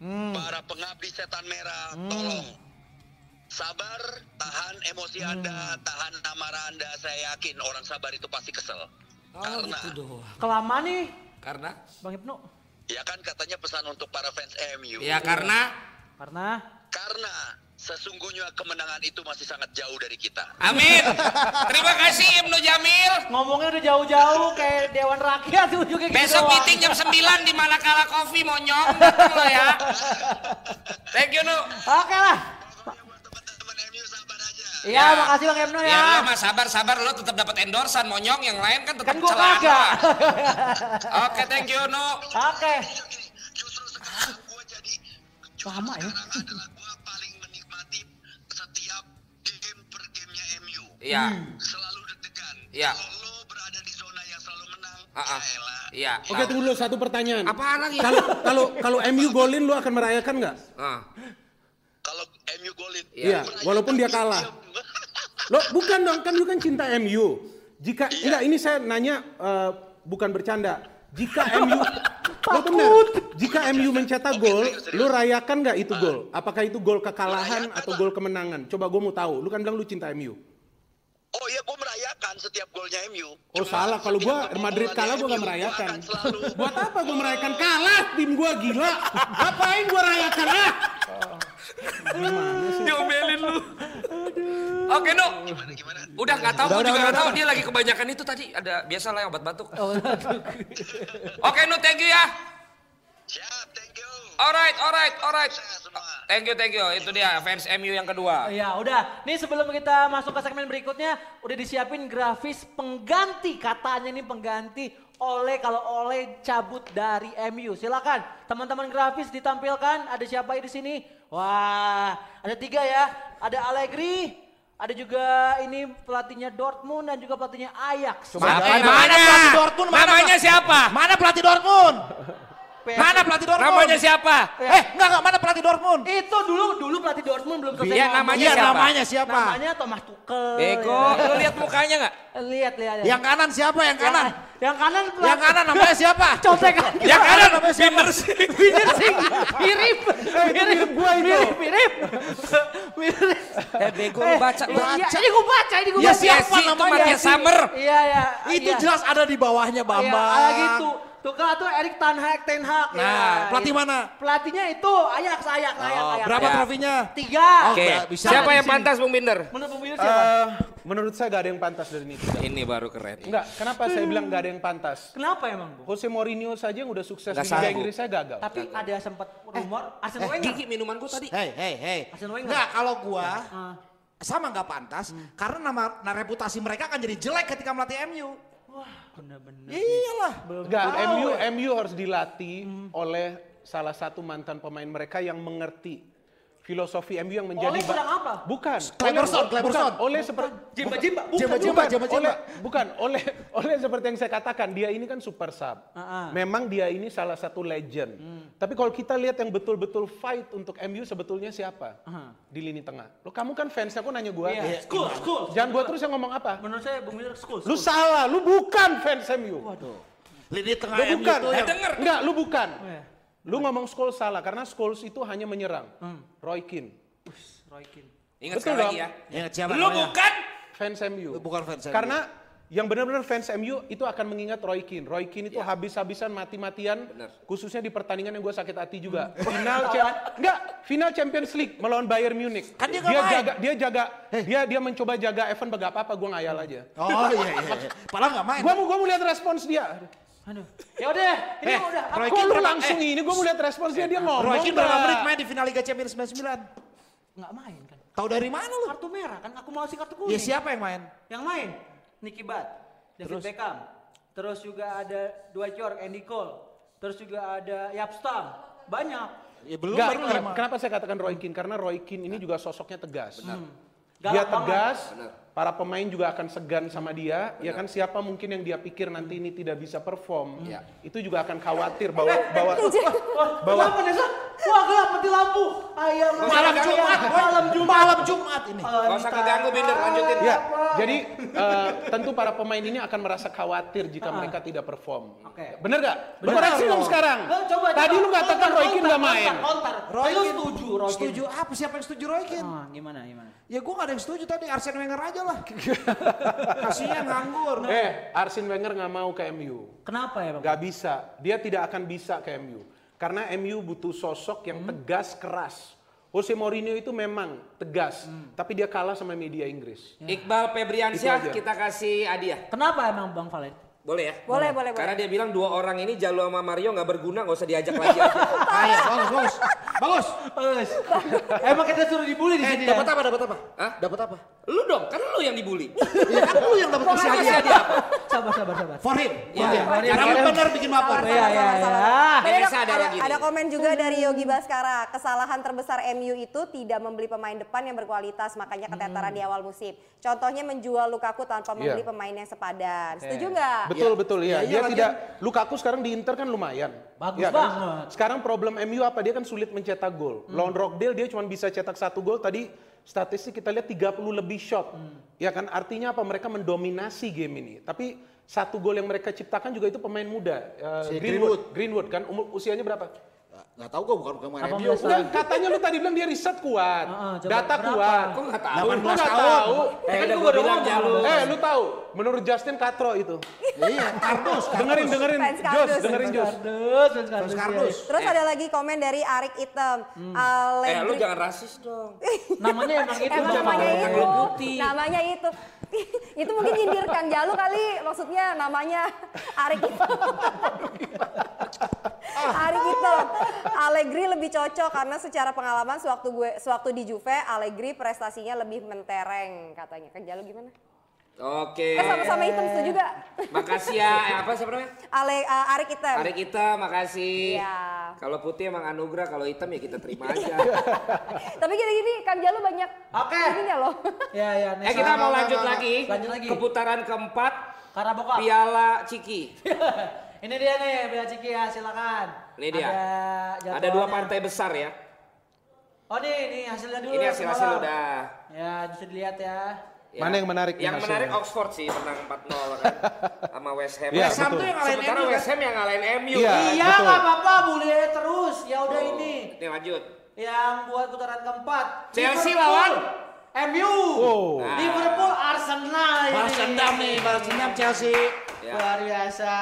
C: Hmm,
E: para pengabdi setan merah, tolong sabar, tahan emosi
C: Hmm.
E: Anda, tahan amarah Anda. Saya yakin orang sabar itu pasti kesel.
G: Oh,
E: Karena
G: gitu doang.
C: Kelamaan nih,
G: Karena
C: Bang Ibnu.
E: ya kan katanya pesan untuk para fans MU.
G: ya karena
C: Karena
E: Karena sesungguhnya kemenangan itu masih sangat jauh dari kita.
G: Amin. Terima kasih Ibnu Jamil.
C: ngomongnya udah jauh-jauh kayak Dewan Rakyat ujungnya gitu
G: Besok
C: doang.
G: meeting ya. jam 9 di Manakala Coffee monyong datang lo ya. Thank you Nu.
C: Oke lah.
E: Pokoknya buat teman-teman MU sabar aja.
C: Iya, makasih Bang Ibnu ya.
G: Ya lo mah sabar-sabar lo tetap dapat endorsan monyong yang lain kan tetap
C: Kan gua
G: celaan
C: kagak.
G: lo. Oke, thank you Nu.
C: Oke.
E: Justru gini, justru sekarang gue jadi justru
C: Lama ya.
E: sekarang adalah gue paling menikmati setiap game per gamenya MU
G: Iya.
E: selalu deg-degan
G: Iya.
E: kalau lo berada di zona yang selalu menang
G: Ah, ah.
E: ya elah
G: Iya.
F: Oke, tunggu dulu satu pertanyaan.
G: Apaan lagi?
F: Kalau kalau kalau MU golin lu akan merayakan nggak?
G: Ah.
E: kalau MU golin
F: Iya, walaupun dia kalah. Lo bukan dong, kan lu kan cinta MU. Jika
G: Iya.
F: enggak ini saya nanya eh, bukan bercanda. Jika MU lo bener. Jika MU mencetak gol, lu rayakan nggak itu gol? Apakah itu gol kekalahan atau gol kemenangan? Coba gue mau tahu. Lu kan bilang lu cinta MU.
E: Oh iya, gue merayakan setiap golnya MU.
F: Oh
E: Cuma
F: salah, kalau gua
E: setiap
F: Madrid
E: kebobolannya
F: kalah gua gak
E: MU,
F: merayakan.
E: akan selalu
F: Buat apa gua merayakan kalah tim gua gila? Ngapain gua rayakan ah? lah?
G: Diomelin lu. Oke Nu.
E: gimana?
G: Udah Oh, nggak tahu, gua juga nggak tahu dia lagi kebanyakan itu tadi ada biasalah yang obat batuk. Oke Nu, thank you ya.
E: Siap, thank you.
G: Alright, alright, alright.
E: Sukses semua.
G: Thank you, thank you. Itu dia fans MU yang kedua.
C: Ya udah, nih sebelum kita masuk ke segmen berikutnya, udah disiapin grafis pengganti katanya nih pengganti oleh kalau oleh cabut dari MU. Silakan teman-teman grafis ditampilkan. Ada siapa di sini? Wah, ada tiga ya. Ada Allegri, ada juga ini pelatihnya Dortmund dan juga pelatihnya Ajax.
G: Siapa
A: Eh,
G: namanya?
A: pelatih Dortmund? Mana
G: Namanya
A: pelat-
G: siapa?
A: Mana pelatih Dortmund?
C: PSG.
G: Mana pelatih Dortmund?
A: Namanya siapa?
G: Eh, enggak enggak mana pelatih Dortmund?
C: Itu dulu dulu pelatih Dortmund belum selesai.
A: Iya,
C: ngomong.
A: namanya
G: Iya,
A: siapa?
G: namanya siapa?
C: Namanya Thomas Tuchel. ya kan?
A: Bego, lu lihat mukanya nggak? Iya.
C: Lihat lihat. lihat.
G: Iya. Yang kanan siapa? Yang kanan.
C: yang kanan
G: Yang kanan namanya siapa?
C: contekan.
A: Yang kanan Binder sih.
G: Iya.
C: Mirip sih, mirip,
G: Eh,
C: mirip
D: gua itu.
C: mirip, mirip, mirip.
A: Eh, bego, lu baca, lu
C: Eh, iya,
A: baca.
C: Ini gue baca, ini gue
A: Ya
G: Iya
C: baca.
A: siapa namanya? Mathias Sammer.
C: Iya, iya.
G: Itu
C: iya.
G: jelas ada di bawahnya
C: Iya,
G: Bambang.
C: ah, gitu. Tuh kan tuh Erik Ten Hag, Ten Hag.
G: Nah, pelatih
C: itu.
G: mana?
C: Pelatihnya itu Ajax, Ajax, Ajax,
G: Oh,
C: Ajax. Iya.
G: berapa
A: Ya.
G: trofinya? Oh,
C: Tiga.
A: Oke,
G: nggak bisa.
A: Eh, siapa
G: Di
A: yang pantas Bung Binder?
C: Menurut pemilih siapa?
F: Eh, menurut saya gak ada yang pantas dari ini.
A: Ini baru keren.
F: Enggak, kenapa saya bilang gak ada yang pantas?
C: Kenapa emang, Bu?
F: Jose Mourinho saja yang udah sukses
A: Nggak
F: di Liga
A: sanggup.
F: Inggris saya gagal.
C: Tapi ada sempat rumor
G: Eh,
C: Arsenal Wenger.
A: Gigi minuman gua tadi.
G: Hei, hei, hei.
C: Arsene Wenger.
G: Enggak, kalau gua Iya.
C: Ah,
G: sama nggak pantas karena nama nah, reputasi mereka akan jadi jelek ketika melatih MU.
C: Bener-bener.
G: Iyalah.
F: Enggak, MU MU harus dilatih oleh salah satu mantan pemain mereka yang mengerti filosofi MU yang menjadi
C: Oleh
F: ba-
C: sedang apa?
F: Bukan.
G: Cleberson,
F: Oleh-
G: Cleberson.
F: bukan. Oleh seperti
C: Jimba, Jimba.
G: Jemba, jemba, jemba, jemba.
F: oleh bukan oleh oleh seperti yang saya katakan dia ini kan super sub.
C: Ah, Hmm. ah.
F: Memang dia ini salah satu legend. Tapi kalau kita lihat yang betul-betul fight untuk MU sebetulnya siapa? Di lini tengah. Lo kamu kan fansnya kok nanya gua.
C: Ah, Iya, school, school.
F: Jangan gua terus yang ngomong apa?
C: Menurut saya Bung Miller school.
F: Lu
C: school.
F: salah, lu bukan fans MU.
G: Lini tengah
F: Lu Oh,
G: MU
F: bukan.
G: tuh yang
A: denger.
F: Enggak, lu bukan.
C: iya.
F: Lu ngomong Scholes salah karena Scholes itu hanya menyerang. Roy Keane,
C: Roy Keane.
A: Ingat
F: Betul
A: sekali
F: dong.
A: lagi ya.
G: Ingat siapa
A: Lu
G: namanya? Iya.
A: bukan
F: fans MU.
G: Bukan fans MU.
F: Karena yang benar-benar fans MU itu akan mengingat Roy Keane. Roy Keane itu
G: Iya.
F: habis-habisan mati-matian
A: Bener.
F: khususnya di pertandingan yang gue sakit hati juga.
G: Hmm.
F: Final Cha- enggak, final Champions League melawan Bayern Munich.
G: Kan dia nggak main. Eh.
F: jaga dia jaga dia dia mencoba jaga Evan gak apa-apa gue ngayal aja.
G: Oh iya iya. iya. Padahal nggak main.
F: Gue mau gue mau lihat respons dia.
C: Aduh. Ya udah, ini
G: Eh,
C: udah.
G: Roy
F: Kok
G: Keane
F: lu
G: berapa- eh.
F: langsung ini gue mau lihat respons dia dia ngomong.
G: Roy Keane berapa
F: nggak?
G: menit main di final Liga Champions 99?
C: Enggak main kan.
G: Tahu dari mana lu?
C: Kartu merah kan akumulasi kartu kuning.
G: Ya siapa yang main?
C: Yang main Nicky Butt, David Beckham. Terus juga ada Dwight York, Andy Cole. Terus juga ada Yapstam. Banyak.
G: Ya belum
F: Nggak,
G: baru
F: ken-
G: lima.
F: kenapa saya katakan Roy Keane? Karena Roy Keane ini juga sosoknya tegas. Dia
C: Galak banget.
F: tegas, para pemain juga akan segan sama dia. Ya kan siapa mungkin yang dia pikir nanti ini tidak bisa perform,
A: Iya.
F: itu juga akan khawatir bahwa bahwa
C: Wah,
F: Bawah.
C: Oh, Kenapa Nesa? Wah, gelap mati lampu. Ayam
G: Malam
C: ayam,
G: Jumat,
C: ayam,
G: boy.
C: malam Jumat.
G: Malam Jumat ini.
A: Gak usah keganggu Binder, lanjutin.
F: ya. Jadi eh, tentu para pemain ini akan merasa khawatir jika mereka tidak perform.
C: Oke.
F: Bener gak?
C: Bener.
F: Lu koreksi dong sekarang.
C: Lo coba
F: Tadi lu katakan Roy Keane nggak main.
C: Kontar. Lu
G: Roy Keane.
C: setuju Roy Keane?
G: Setuju apa? Siapa yang setuju Roy Keane?
C: Ah, gimana gimana?
G: Ya gue gak ada yang setuju tadi, Arsene Wenger aja lah. Kasihan nganggur.
F: Eh, Arsene Wenger nggak mau ke MU.
C: Kenapa ya, Bang?
F: Gak bisa. Dia tidak akan bisa ke MU. Karena MU butuh sosok yang tegas, keras. Jose Mourinho itu memang tegas, tapi dia kalah sama media Inggris.
A: Iqbal
F: Itu aja.
A: Febriansyah kita kasih hadiah.
C: Kenapa emang Bang Valen?
A: Boleh ya?
B: Boleh, boleh,
A: Karena
B: boleh.
A: dia bilang dua orang ini Jalur sama Mario nggak berguna, nggak usah diajak lagi. aja.
G: Ayo, bagus, bagus. Bagus.
C: Eus. Emang kita suruh dibully di
G: Eh,
C: sini ya?
G: dapat apa, dapat apa?
A: Hah?
G: Dapat apa?
A: Lu dong, kan lu yang dibully.
G: Iya kan lu yang dapat kasih
A: Kasih
G: hadiah.
A: hadiah.
C: Sabar, sabar, sabar.
G: For him.
A: Iya,
G: For him.
C: for him.
G: Karena lu bener bikin
B: Sabar,
G: baper.
B: sabar,
C: Iya, iya,
B: sabar, sabar.
C: iya.
B: Tadi
A: Indonesia
B: ada,
A: ada lagi nih.
B: ada komen juga
F: Hmm.
B: dari Yogi Baskara, kesalahan terbesar MU itu tidak membeli pemain depan yang berkualitas, makanya keteteran di awal musim. Contohnya menjual Lukaku tanpa membeli
F: Hmm. Iya.
B: pemain yang sepadan. Setuju nggak?
F: Betul betul ya.
G: Ya, iya,
F: Dia
G: lagian-
F: tidak Lukaku sekarang di Inter kan lumayan.
C: Bagus
F: Iya kan?
C: banget.
F: Sekarang problem MU apa? Dia kan sulit mencetak gol. Lawan Rockdale dia cuma bisa cetak satu gol tadi statistik kita lihat 30 lebih shot. Ya kan artinya apa? Mereka mendominasi game ini. Tapi satu gol yang mereka ciptakan juga itu pemain muda. Eh,
G: Si
F: Greenwood. Greenwood kan umur usianya berapa?
G: Gak tau gue bukan bukan main
C: Apa
G: MU.
C: belas
F: Enggak, katanya lu tadi bilang dia riset kuat,
C: Heeh, coba
F: data
C: berapa?
F: kuat.
A: Kok nggak tahu?
G: 18
F: Lu nggak
G: tahun.
F: tahu.
A: Eh,
C: Kan
A: udah
C: gua
A: gua
C: udah
A: bilang
C: ngomong.
A: Jalur.
F: Eh, lu tahu? Menurut Justin Katro itu.
G: Iya, kardus.
F: Dengerin, dengerin.
B: Fans
F: Jos,
B: kardus.
F: dengerin Eh. Jos.
C: Kardus, Fans
G: Terus
C: Kardus.
G: kardus.
B: Terus ada lagi komen dari Arik Item.
F: Hmm.
A: Eh, lu
B: Allegri-
A: jangan rasis dong.
C: Namanya emang itu.
B: Emang
C: Bang.
B: namanya
A: Yang
B: itu,
A: putih.
B: namanya itu. itu mungkin nyindir Kang Jalu kali, maksudnya namanya Arik Item. Arik Item. Allegri lebih cocok karena secara pengalaman sewaktu gue sewaktu di Juve Allegri prestasinya lebih mentereng katanya. Kang Jalu gimana?
A: Oke.
B: Eh sama-sama Item setuju gak?
A: Makasih ya. Eh, apa siapa namanya?
B: Ale, eh, Arik Item.
A: Tarik kita, makasih.
B: Iya.
A: Kalau putih emang anugerah, kalau hitam ya kita terima aja.
B: Tapi gini-gini Kang Jalu banyak
C: Oke.
B: ininya loh.
C: Ya, ya.
A: eh kita mau lanjut lagi.
C: Lanjut lagi.
A: Ke putaran keempat, Iya,
C: Karena bokap.
A: Piala Ciki.
C: Ini dia nih, Bela Ciki ya, silakan.
A: Ini dia.
C: Ada jadwalnya.
A: Ada dua partai besar ya.
C: Oh nih, nih hasilnya dulu.
A: Ini hasil-hasil
C: Iya, semalam.
A: udah.
C: Ya bisa dilihat ya.
A: Ya.
F: Mana yang menarik nih
A: Yang menarik
F: hasilnya?
A: Oxford sih menang 4-0 kan. Sama West Ham.
F: Iya,
A: West Ham
F: betul.
A: tuh yang ngalahin Sementara
G: MU, kan?
A: West Ham yang ngalahin MU.
F: Iya,
C: iya
F: betul.
C: nggak apa-apa, boleh terus. Ya udah ini
A: Ini lanjut.
C: yang buat putaran keempat.
A: Chelsea
C: Liverpool,
A: lawan? Nah.
C: MU.
F: Wow.
C: Liverpool Arsenal ini.
G: Balas dendam nih, balas dendam Chelsea.
A: Ya.
C: Luar biasa.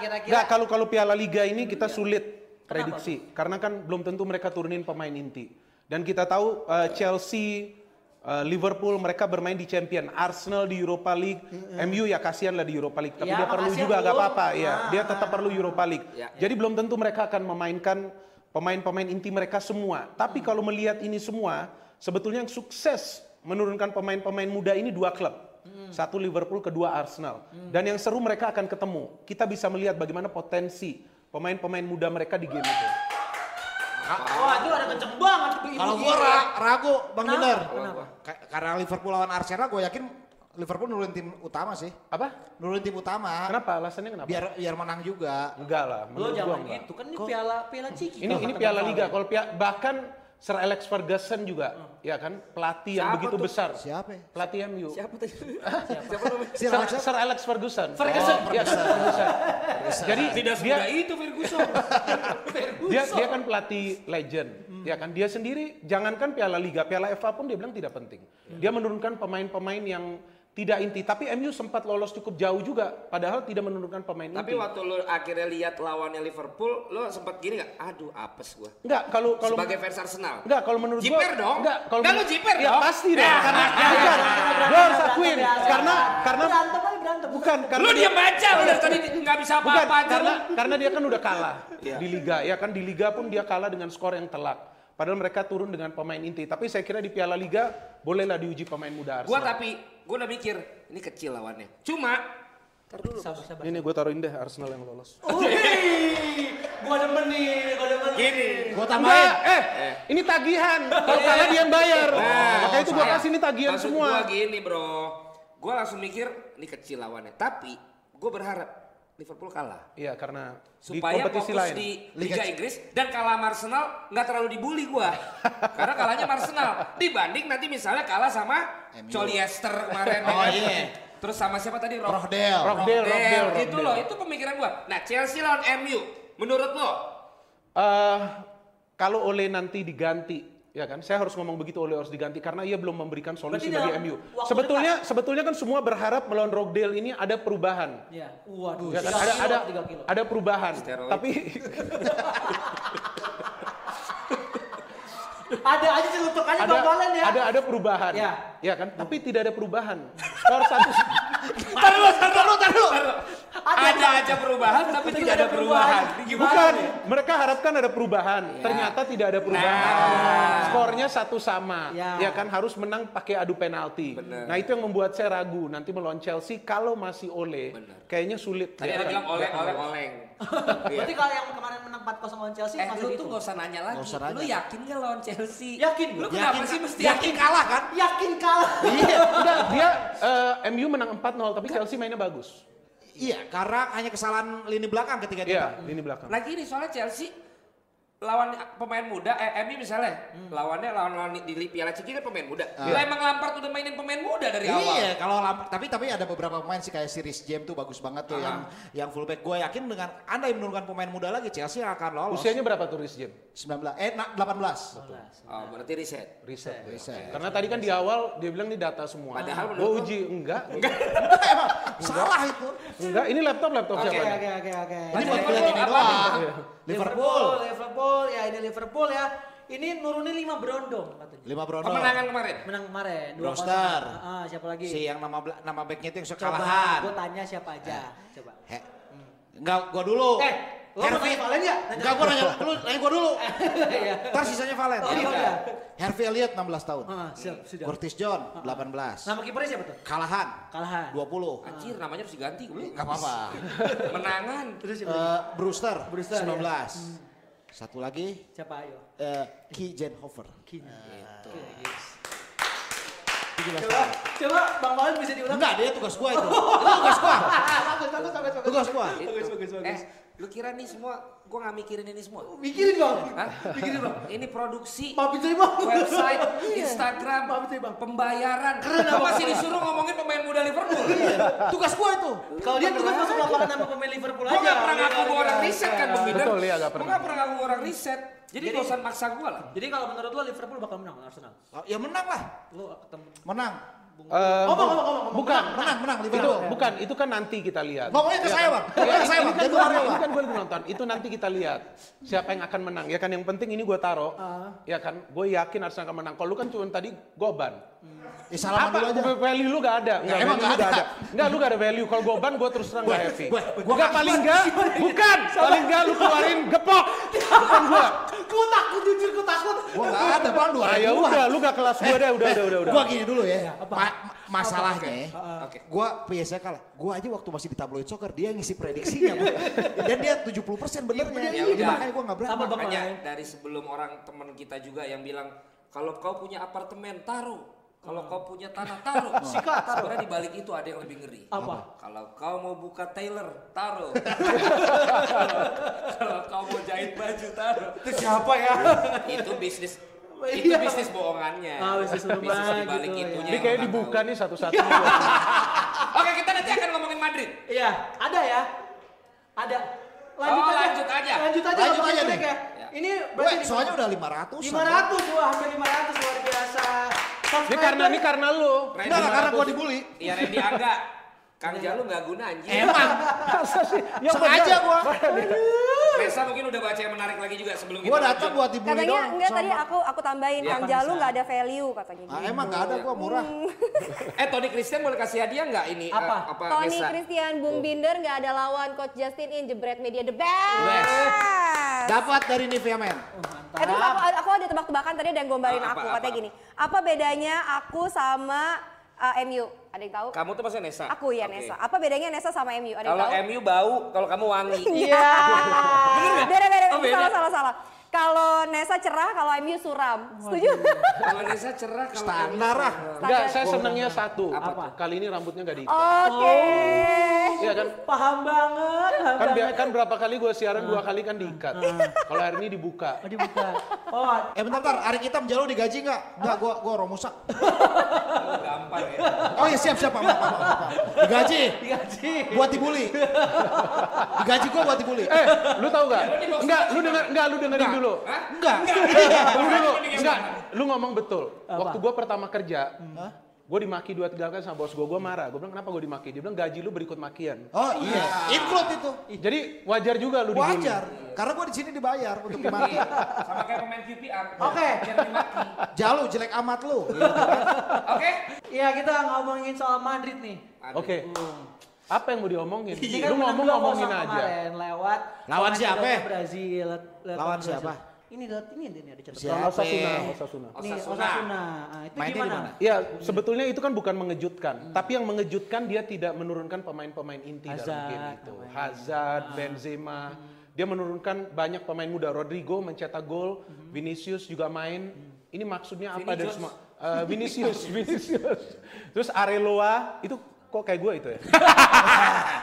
C: Kira-kira
F: Nggak, kalau kalau Piala Liga ini
A: Iya.
F: kita sulit prediksi karena kan belum tentu mereka turunin pemain inti. Dan kita tahu uh, Chelsea, uh, Liverpool mereka bermain di Champion, Arsenal di Europa League, MU ya kasihan lah di Europa League, tapi
C: Ya,
F: dia perlu
C: makasih
F: juga
C: ya,
F: nggak
C: Bu.
F: apa-apa ya.
C: Ah.
F: Dia tetap perlu Europa League.
A: Ya.
F: Jadi belum tentu mereka akan memainkan pemain-pemain inti mereka semua. Tapi
C: Hmm.
F: kalau melihat ini semua, sebetulnya yang sukses menurunkan pemain-pemain muda ini dua klub.
C: Hmm.
F: Satu Liverpool, kedua Arsenal. Dan yang seru mereka akan ketemu. Kita bisa melihat bagaimana potensi pemain-pemain muda mereka di game itu.
C: Wah, itu Oh, ada kenceng banget ibu-ibu
G: Kalau
C: ini.
G: gua ra- ragu, Bang
C: Kenapa?
G: Binder.
A: Kenapa?
G: Ka- Karena Liverpool lawan Arsenal, gue yakin Liverpool nurunin tim utama sih.
F: Apa?
G: Nurunin tim utama.
F: Kenapa? Alasannya kenapa?
G: Biar biar menang juga.
F: Enggak lah,
C: Ah. Lo
F: menurut gua
C: jangan
F: enggak.
C: gitu, kan ini piala piala ciki.
F: Ini ini Piala Liga. Kalau pia- bahkan Sir Alex Ferguson juga, ya kan, pelatih yang
A: Siapa
F: begitu
A: tuh?
F: besar.
G: Siapa ya?
F: Pelatih MU.
A: Siapa tadi? Siapa namanya?
G: Si
F: Sir,
G: Alex
F: Sir Alex Ferguson.
C: Ferguson.
F: Ya, Sir Ferguson. Jadi
A: Tidak
F: dia
A: semudah itu Ferguson.
F: dia dia kan pelatih legend, ya kan. Dia sendiri jangankan Piala Liga, Piala FA pun dia bilang tidak penting. Dia menurunkan pemain-pemain yang tidak inti, tapi MU sempat lolos cukup jauh juga padahal tidak menurunkan pemain
A: Tapi
F: inti.
A: waktu lu akhirnya lihat lawannya Liverpool, lu sempat gini gak? Aduh, apes gua.
F: Enggak, kalau kalau
A: Sebagai fans Arsenal.
F: Enggak, kalau menurut gua
A: Jiper dong.
F: Enggak, kalau
A: Enggak,
F: menurut-
A: lu jiper
F: ya,
A: dong.
F: pasti dong.
A: Ya.
F: Karena bukan,
A: nah,
F: gua harus akuin karena karena
C: berantem aja berantem.
F: bukan karena
A: Lu diam aja, lu dari tadi nggak bisa
F: Bukan,
A: apa-apa aja.
F: karena,
A: lu.
F: karena dia kan udah kalah
A: Iya.
F: di Liga. Ya kan, di Liga pun dia kalah dengan skor yang telak. Padahal mereka turun dengan pemain inti. Tapi saya kira di Piala Liga, bolehlah diuji pemain muda
A: Gua
F: Arsenal.
A: tapi, gua udah mikir, ini kecil lawannya. Cuma, ntar dulu.
F: Ini nih, gue taruhin deh Arsenal yang lolos.
C: Wih, gua demen nih, gua demen.
A: Gini.
F: Enggak,
G: Gue tambahin.
F: eh, ini tagihan.
A: Eh.
F: Kalau kalah dia yang bayar. Makanya itu gue
A: saya-
F: kasih ini tagihan
A: maksud
F: semua.
A: Nah, Gua gini bro, gua langsung mikir ini kecil lawannya. Tapi gua berharap Liverpool kalah
F: Iya, karena di
A: supaya fokus
F: kompetisi lain.
A: di Liga Inggris dan kalah sama Arsenal nggak terlalu dibully gua. Karena kalahnya sama Arsenal dibanding nanti misalnya kalah sama Colliester kemarin.
G: Oh, iya.
A: Terus sama siapa tadi? Rob-
G: Rohdel.
F: Rockdale, Rockdale,
A: Gitu
F: Rockdale.
A: loh, itu pemikiran gua. Nah, Chelsea lawan MU menurut lo
F: Eh, kalau Ole nanti diganti, ya kan? Saya harus ngomong begitu Ole harus diganti karena ia belum memberikan solusi
C: Berarti
F: bagi
C: dalam
F: MU.
C: waktu
F: Sebetulnya sebetulnya kan semua berharap melawan Rockdale ini ada perubahan.
C: Ya, waduh.
F: Ya
C: tiga
F: kan? Ada
C: kilo,
F: ada
C: tiga kilo.
F: ada perubahan.
A: Steroid.
F: Tapi
C: Ada aja celutukannya
F: ada
C: bal-balan ya.
F: ada ada perubahan.
C: Ya.
F: Ya kan? Tapi tidak ada perubahan. Skor satu.
A: Taruh, taruh, taruh.
C: Ada-
A: Ada aja perubahan tapi tidak ada perubahan. Gimana? Iya.
F: Bukan, mereka harapkan ada perubahan. Ternyata tidak ada perubahan.
A: Nah.
F: Skornya satu sama.
C: Ya.
F: Ya kan harus menang pakai adu penalti. Nah, itu yang membuat saya ragu nanti melawan Chelsea kalau masih Ole kayaknya sulit.
A: Tadi
F: ya
A: ada
F: kan?
A: bilang oleng, oleng, oleng. Iya.
C: Berarti kalau yang kemarin menang 4-0 lawan Chelsea
A: Eh
C: masih
A: lu
C: gitu.
A: tuh gak usah nanya lagi.
G: Nggak usah nanya.
A: Lu yakin gak lawan Chelsea?
C: Yakin.
A: Lu
G: Yakin,
A: kenapa sih mesti
G: yakin
A: yakin?
G: kalah kan?
C: Yakin kalah.
G: Iya.
F: Enggak, dia eh, MU menang 4-0 tapi Chelsea mainnya bagus.
G: Iya, karena hanya kesalahan lini belakang ketika
F: Iya,
G: dia.
F: lini belakang.
A: Lagi ini soalnya Chelsea lawan pemain muda, eh MU misalnya, lawannya lawan lawan di di Piala Ciki kan pemain muda. Lah emang Lampard udah mainin pemain muda dari awal.
G: Iya, kalau Lampard- tapi tapi ada beberapa pemain sih kayak Siris James tuh bagus banget tuh yang yang fullback. Gue yakin dengan andai menurunkan pemain muda lagi Chelsea akan lolos.
F: Usianya berapa tuh Riz Jim?
G: 19 eh na- 18.
A: Oh, berarti riset.
F: Riset. ya.
G: Riset.
F: Karena tadi kan di awal dia bilang ini data semua.
A: Iya. Padahal
F: gue
A: menurut
F: uji enggak. Enggak.
G: Emang salah itu.
F: Ini laptop laptop
A: Oke,
F: siapa? nih?
C: Oke, oke, oke.
G: Ini buat
A: Liverpool apa
G: kuliah ini doang.
F: nih?
G: Liverpool.
C: Liverpool, ya ini Liverpool ya. Ini nurunin 5 berondong katanya.
G: Lima Bruno.
A: Pemenangan kemarin.
C: Menang kemarin.
G: Brewster.
C: Ah, ah, siapa lagi?
G: Si Iya, yang nama bela- nama backnya itu yang suka
C: Coba,
G: kalahan.
C: gue tanya siapa aja. Coba.
G: He. Enggak, gua dulu.
D: Oh,
C: Eh, lo mau
G: Hervey.
C: nanya Valen nggak? Nanya-
G: Enggak, gua nanya lu, nanya gua dulu.
C: Iya.
G: Ntar sisanya Valen.
C: Oh, iya, iya.
G: Hervey Elliott 16 tahun.
C: Ah, siap, sudah.
G: Curtis John 18.
C: Oh. Nama kipernya siapa tuh?
G: Kalahan
C: Kalahan. Ah.
G: 20.
A: Anjir namanya harus diganti. Lu
G: Enggak apa-apa.
A: menangan. Gitu.
C: Terus
D: ya.
C: siapa?
G: Eh, Brewster,
C: Brewster, iya. Hmm.
G: 19. Satu lagi
C: siapa ayo?
G: eh Ki Jenhofer.
C: Kini. Gitu.
G: 17
C: Coba,
G: tahun.
C: coba Bang Valen bisa diulang.
G: Enggak, dia tugas gua itu. Itu tugas gua.
C: Ah, bagus, bagus, bagus, bagus.
G: Tugas gua.
C: Bagus, bagus, bagus.
A: Eh, Lu kira nih semua, gue nggak mikirin ini semua.
D: Mikirin bang,
A: Hah?
D: mikirin bang.
A: Ini produksi,
D: Papi terima.
A: website,
D: Iya.
A: Instagram,
D: Papi terima.
A: pembayaran. Kenapa masih disuruh ngomongin pemain muda Liverpool?
D: Tugas gua itu.
C: Kalau dia tugas masuk lapangan sama pemain Liverpool
A: Gue
C: aja.
A: nggak pernah ngaku gua orang riset kan, Bung Binder.
F: Betul, iya, nggak
A: Gua
F: pernah.
A: nggak pernah ngaku gua orang riset. Jadi
C: Jadi-
A: dosen maksa gue lah.
C: Jadi kalau menurut lo Liverpool bakal menang lawan Arsenal.
D: Oh, Ya menang lah,
C: Lo ketemu
D: menang.
F: Eh,
D: Ngomong, ngomong, ngomong, ngomong.
F: bukan,
D: Menang, menang, menang,
F: itu,
D: Liverpool. Ya.
F: bukan, itu kan nanti kita lihat.
D: Pokoknya ke saya bang, pokoknya ke saya
F: ini
D: bang.
F: kan
D: Jago
F: gue
D: hari
F: ini
D: bang.
F: kan gue lagi nonton. Itu nanti kita lihat siapa yang akan menang. Ya kan yang penting ini gue taruh.
D: Ah.
F: Ya kan, gue yakin Arsenal akan menang. Kalau lu kan cuma tadi goban.
D: Ya salaman
F: Apa?
D: dulu aja.
F: Value lu gak ada. Enggak,
D: emang
F: value lu
D: nggak ada.
F: Enggak, lu gak ada value. Kalau goban gue terus terang gak happy.
D: gue- gue
F: Enggak,
D: nggak
F: paling
D: goban.
F: enggak. Bukan, paling enggak lu keluarin gepok. Bukan gue.
D: Gua takut jujur, gua takut. Gua gak ada bang, dua
F: Ah, ya
D: ribuan.
F: udah, lu gak kelas gue deh. Udah, udah, udah. udah.
D: Gua gini dulu ya. Ma- ma- masalahnya,
A: Oke.
D: gua biasanya kalah. Gua aja waktu masih di tabloid soccer dia yang ngisi prediksinya. Bang. Dan dia
F: Iya,
D: 70% benernya.
A: Ya
D: Jadi
A: udah.
D: makanya gua gak berani.
C: Apa bang
A: Makanya
C: lain?
A: dari sebelum orang teman kita juga yang bilang kalau kau punya apartemen taruh, kalau kau punya tanah taruh. Sikat taruh. Sebenarnya di balik itu ada yang lebih ngeri.
C: Apa?
A: Kalau kau mau buka tailor, taruh. kalau kau mau jahit baju, taruh.
D: Itu siapa ya?
A: Itu bisnis itu
D: Iya.
A: bisnis bohongannya.
C: Ah, bisnis rumah
A: di balik
C: gitu, ya.
A: itunya.
F: Ini kayaknya
A: orang
F: dibuka
A: tahu.
F: nih satu-satu. Gua-
D: Iya.
A: Oke, kita nanti akan ngomongin Madrid.
C: Iya, ada ya. Ada. Lanjut
A: Oh,
C: aja.
A: lanjut aja.
C: Lanjut aja.
D: Lanjut
C: Lanjut
D: aja
C: aja.
D: nih.
C: Ya. Ini
D: Gue
C: berarti
D: soalnya udah 500.
C: 500 gua hampir 500 luar biasa.
F: Ini karena ini karena lu.
D: Enggak lah, karena gua dibully.
A: Iya, Randy Angga. Kang Jalu nggak guna anjing.
F: Masa sih? Ya,
D: Sengaja gua.
A: Resa mungkin udah baca yang menarik lagi juga sebelum
D: Gua
A: kita
D: datang
A: lanjut.
D: buat dibully
B: Katanya
D: doang.
B: enggak
D: sama-
B: tadi aku aku tambahin
A: Ya,
B: Kang
A: kan
B: Jalu
A: bisa.
B: nggak ada value katanya.
D: Ah,
B: gitu.
D: emang gak ada gua murah.
B: Iya.
A: Eh Tony Christian boleh kasih hadiah nggak ini? eh,
C: Apa?
A: apa
B: Tony
A: Resa?
B: Christian Bung Binder nggak ada lawan Coach Justin in Jebret Media the best.
A: Best.
D: Dapat dari Nivea Men.
B: Eh, terus aku, aku ada tebak-tebakan tadi ada yang gombalin
A: Ah, apa,
B: aku
A: apa,
B: katanya
A: apa?
B: gini. Apa bedanya aku sama uh, MU? Ada yang tahu?
A: Kamu tuh pasti Nesa.
B: Aku ya
A: Oke.
B: Nesa. Apa bedanya Nesa sama MU? Ada yang
A: Kalau
B: tahu?
A: MU bau, kalau kamu wangi.
B: Iya.
A: nggak?
B: Beda beda.
A: Oh, beda.
B: Salah salah salah. Kalau Nesa cerah, kalau MU suram. Setuju?
A: Kalau Nesa cerah, kalau MU
D: Standar ah.
B: Iya.
A: cerah.
F: Enggak, saya senangnya satu.
A: Apa?
F: Kali ini rambutnya gak diikat.
D: Oh.
B: Oke.
F: Iya kan?
C: Paham banget, paham
F: Kan,
C: banget.
F: bi- kan berapa kali gue siaran dua kali kan diikat. Kalau hari ini dibuka.
C: Oh, dibuka. Oh,
D: Eh bentar, bentar. Ari kita menjalur digaji nggak? Nggak, gua gua orang musak.
A: Oh, Gampang ya.
D: Oh iya siap siap apa apa apa. Digaji
C: digaji.
D: buat dibully. Digaji gua buat dibully.
F: Eh, lu tahu gak? Enggak, lu denger, enggak, lu dengerin dulu.
D: Enggak.
F: Lu dulu, enggak, lu ngomong betul. Waktu gue pertama kerja, gue dimaki dua tiga kali sama bos gue, gue marah. Gue bilang kenapa gue dimaki? Dia bilang gaji lu berikut makian.
D: Oh iya, include itu.
F: Jadi wajar juga lu dibully. Iya.
D: Wajar. Karena gua di sini dibayar untuk dimaki.
A: Sama kayak pemain QPR.
C: Oke.
A: Biar dimaki.
D: Jalu jelek amat lu.
F: Iya.
A: Oke.
C: Iya, kita ngomongin soal Madrid nih.
F: Oke. Apa yang mau diomongin?
C: Ini kan
F: Iya, Lu
C: menang
F: ngomong
C: 2-0
F: ngomongin aja.
C: Kemarin lewat
D: Lawan
C: pemain
D: siapa?
C: andalannya Brazil. le- le-
D: Lawan
C: Brazil.
D: siapa?
C: Ini lihat ini ini ada catatan.
D: Siapa?
F: Osasuna, Osasuna.
C: Nih,
A: Osasuna.
C: Osasuna. Ah, itu
D: Mainnya di
C: gimana?
D: mana?
F: Ya, sebetulnya itu kan bukan mengejutkan, tapi yang mengejutkan dia tidak menurunkan pemain-pemain inti dalam
C: Hazard,
F: game itu.
C: pemain.
F: Hazard, Benzema, dia menurunkan banyak pemain muda. Rodrigo mencetak gol, Vinicius juga main. Ini maksudnya apa dari semua? Eh, Vinicius, Vinicius. Terus Areloa, itu kok kayak gue itu ya?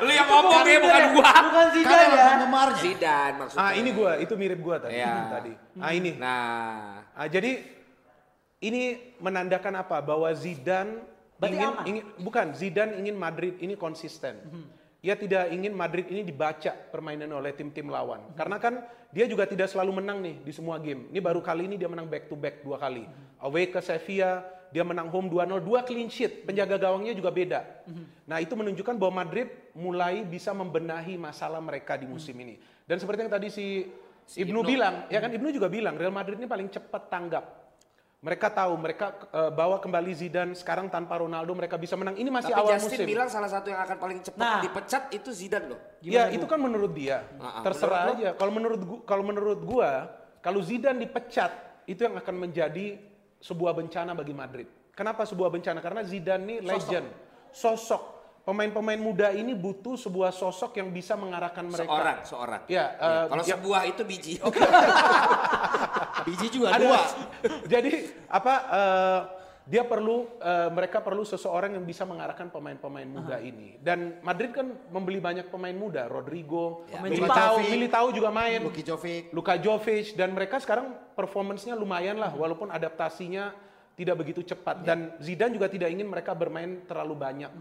A: Lu yang ngomong ya, bukan gua.
C: Bukan
D: Karena
F: Iya,
C: Zidane ya.
D: orang penggemarnya.
A: Zidane maksudnya.
F: Ah, ini gue, itu mirip gue tadi.
A: Iya.
F: tadi. Ah, ini.
A: Nah,
F: Ah, jadi ini menandakan apa? Bahwa Zidane
C: Berarti
F: ingin,
C: aman?
F: ingin- bukan Zidane ingin Madrid ini konsisten. Ia tidak ingin Madrid ini dibaca permainannya oleh tim-tim lawan. Karena kan dia juga tidak selalu menang nih di semua game. Ini baru kali ini dia menang back to back dua kali. Away ke Sevilla, dia menang home 2-0, dua clean sheet. Penjaga gawangnya juga beda. Nah, itu menunjukkan bahwa Madrid mulai bisa membenahi masalah mereka di musim ini. Dan seperti yang tadi si, Ibnu bilang, ya kan Ibnu juga bilang Real Madrid ini paling cepat tanggap. Mereka tahu mereka eh, bawa kembali Zidane sekarang tanpa Ronaldo mereka bisa menang. Ini masih
A: tapi
F: awal
A: Justin
F: musim.
A: bilang salah satu yang akan paling cepat
C: Nah.
A: dipecat itu Zidane loh.
F: ya itu kan menurut dia.
A: Ah,
F: Terserah aja. Kalau menurut gua, kalau menurut gua, kalau Zidane dipecat itu yang akan menjadi sebuah bencana bagi Madrid. Kenapa sebuah bencana? Karena Zidane ini legend, sosok. Pemain-pemain muda ini butuh sebuah sosok yang bisa mengarahkan mereka.
A: Seorang, seorang. Iya,
F: Ya, eh,
A: Kalau
F: ya-
A: sebuah itu biji. Oke.
D: Biji juga
F: ada
D: dua.
F: jadi apa eh, Dia perlu eh, mereka perlu seseorang yang bisa mengarahkan pemain-pemain muda ini. Dan Madrid kan membeli banyak pemain muda, Rodrigo,
C: Pemain
F: Militao,
D: Jepang.
F: Militao juga main.
D: Luki Jovic.
F: Luka Jovic dan mereka sekarang performance-nya lumayan lah walaupun adaptasinya tidak begitu cepat dan Zidane juga tidak ingin mereka bermain terlalu banyak.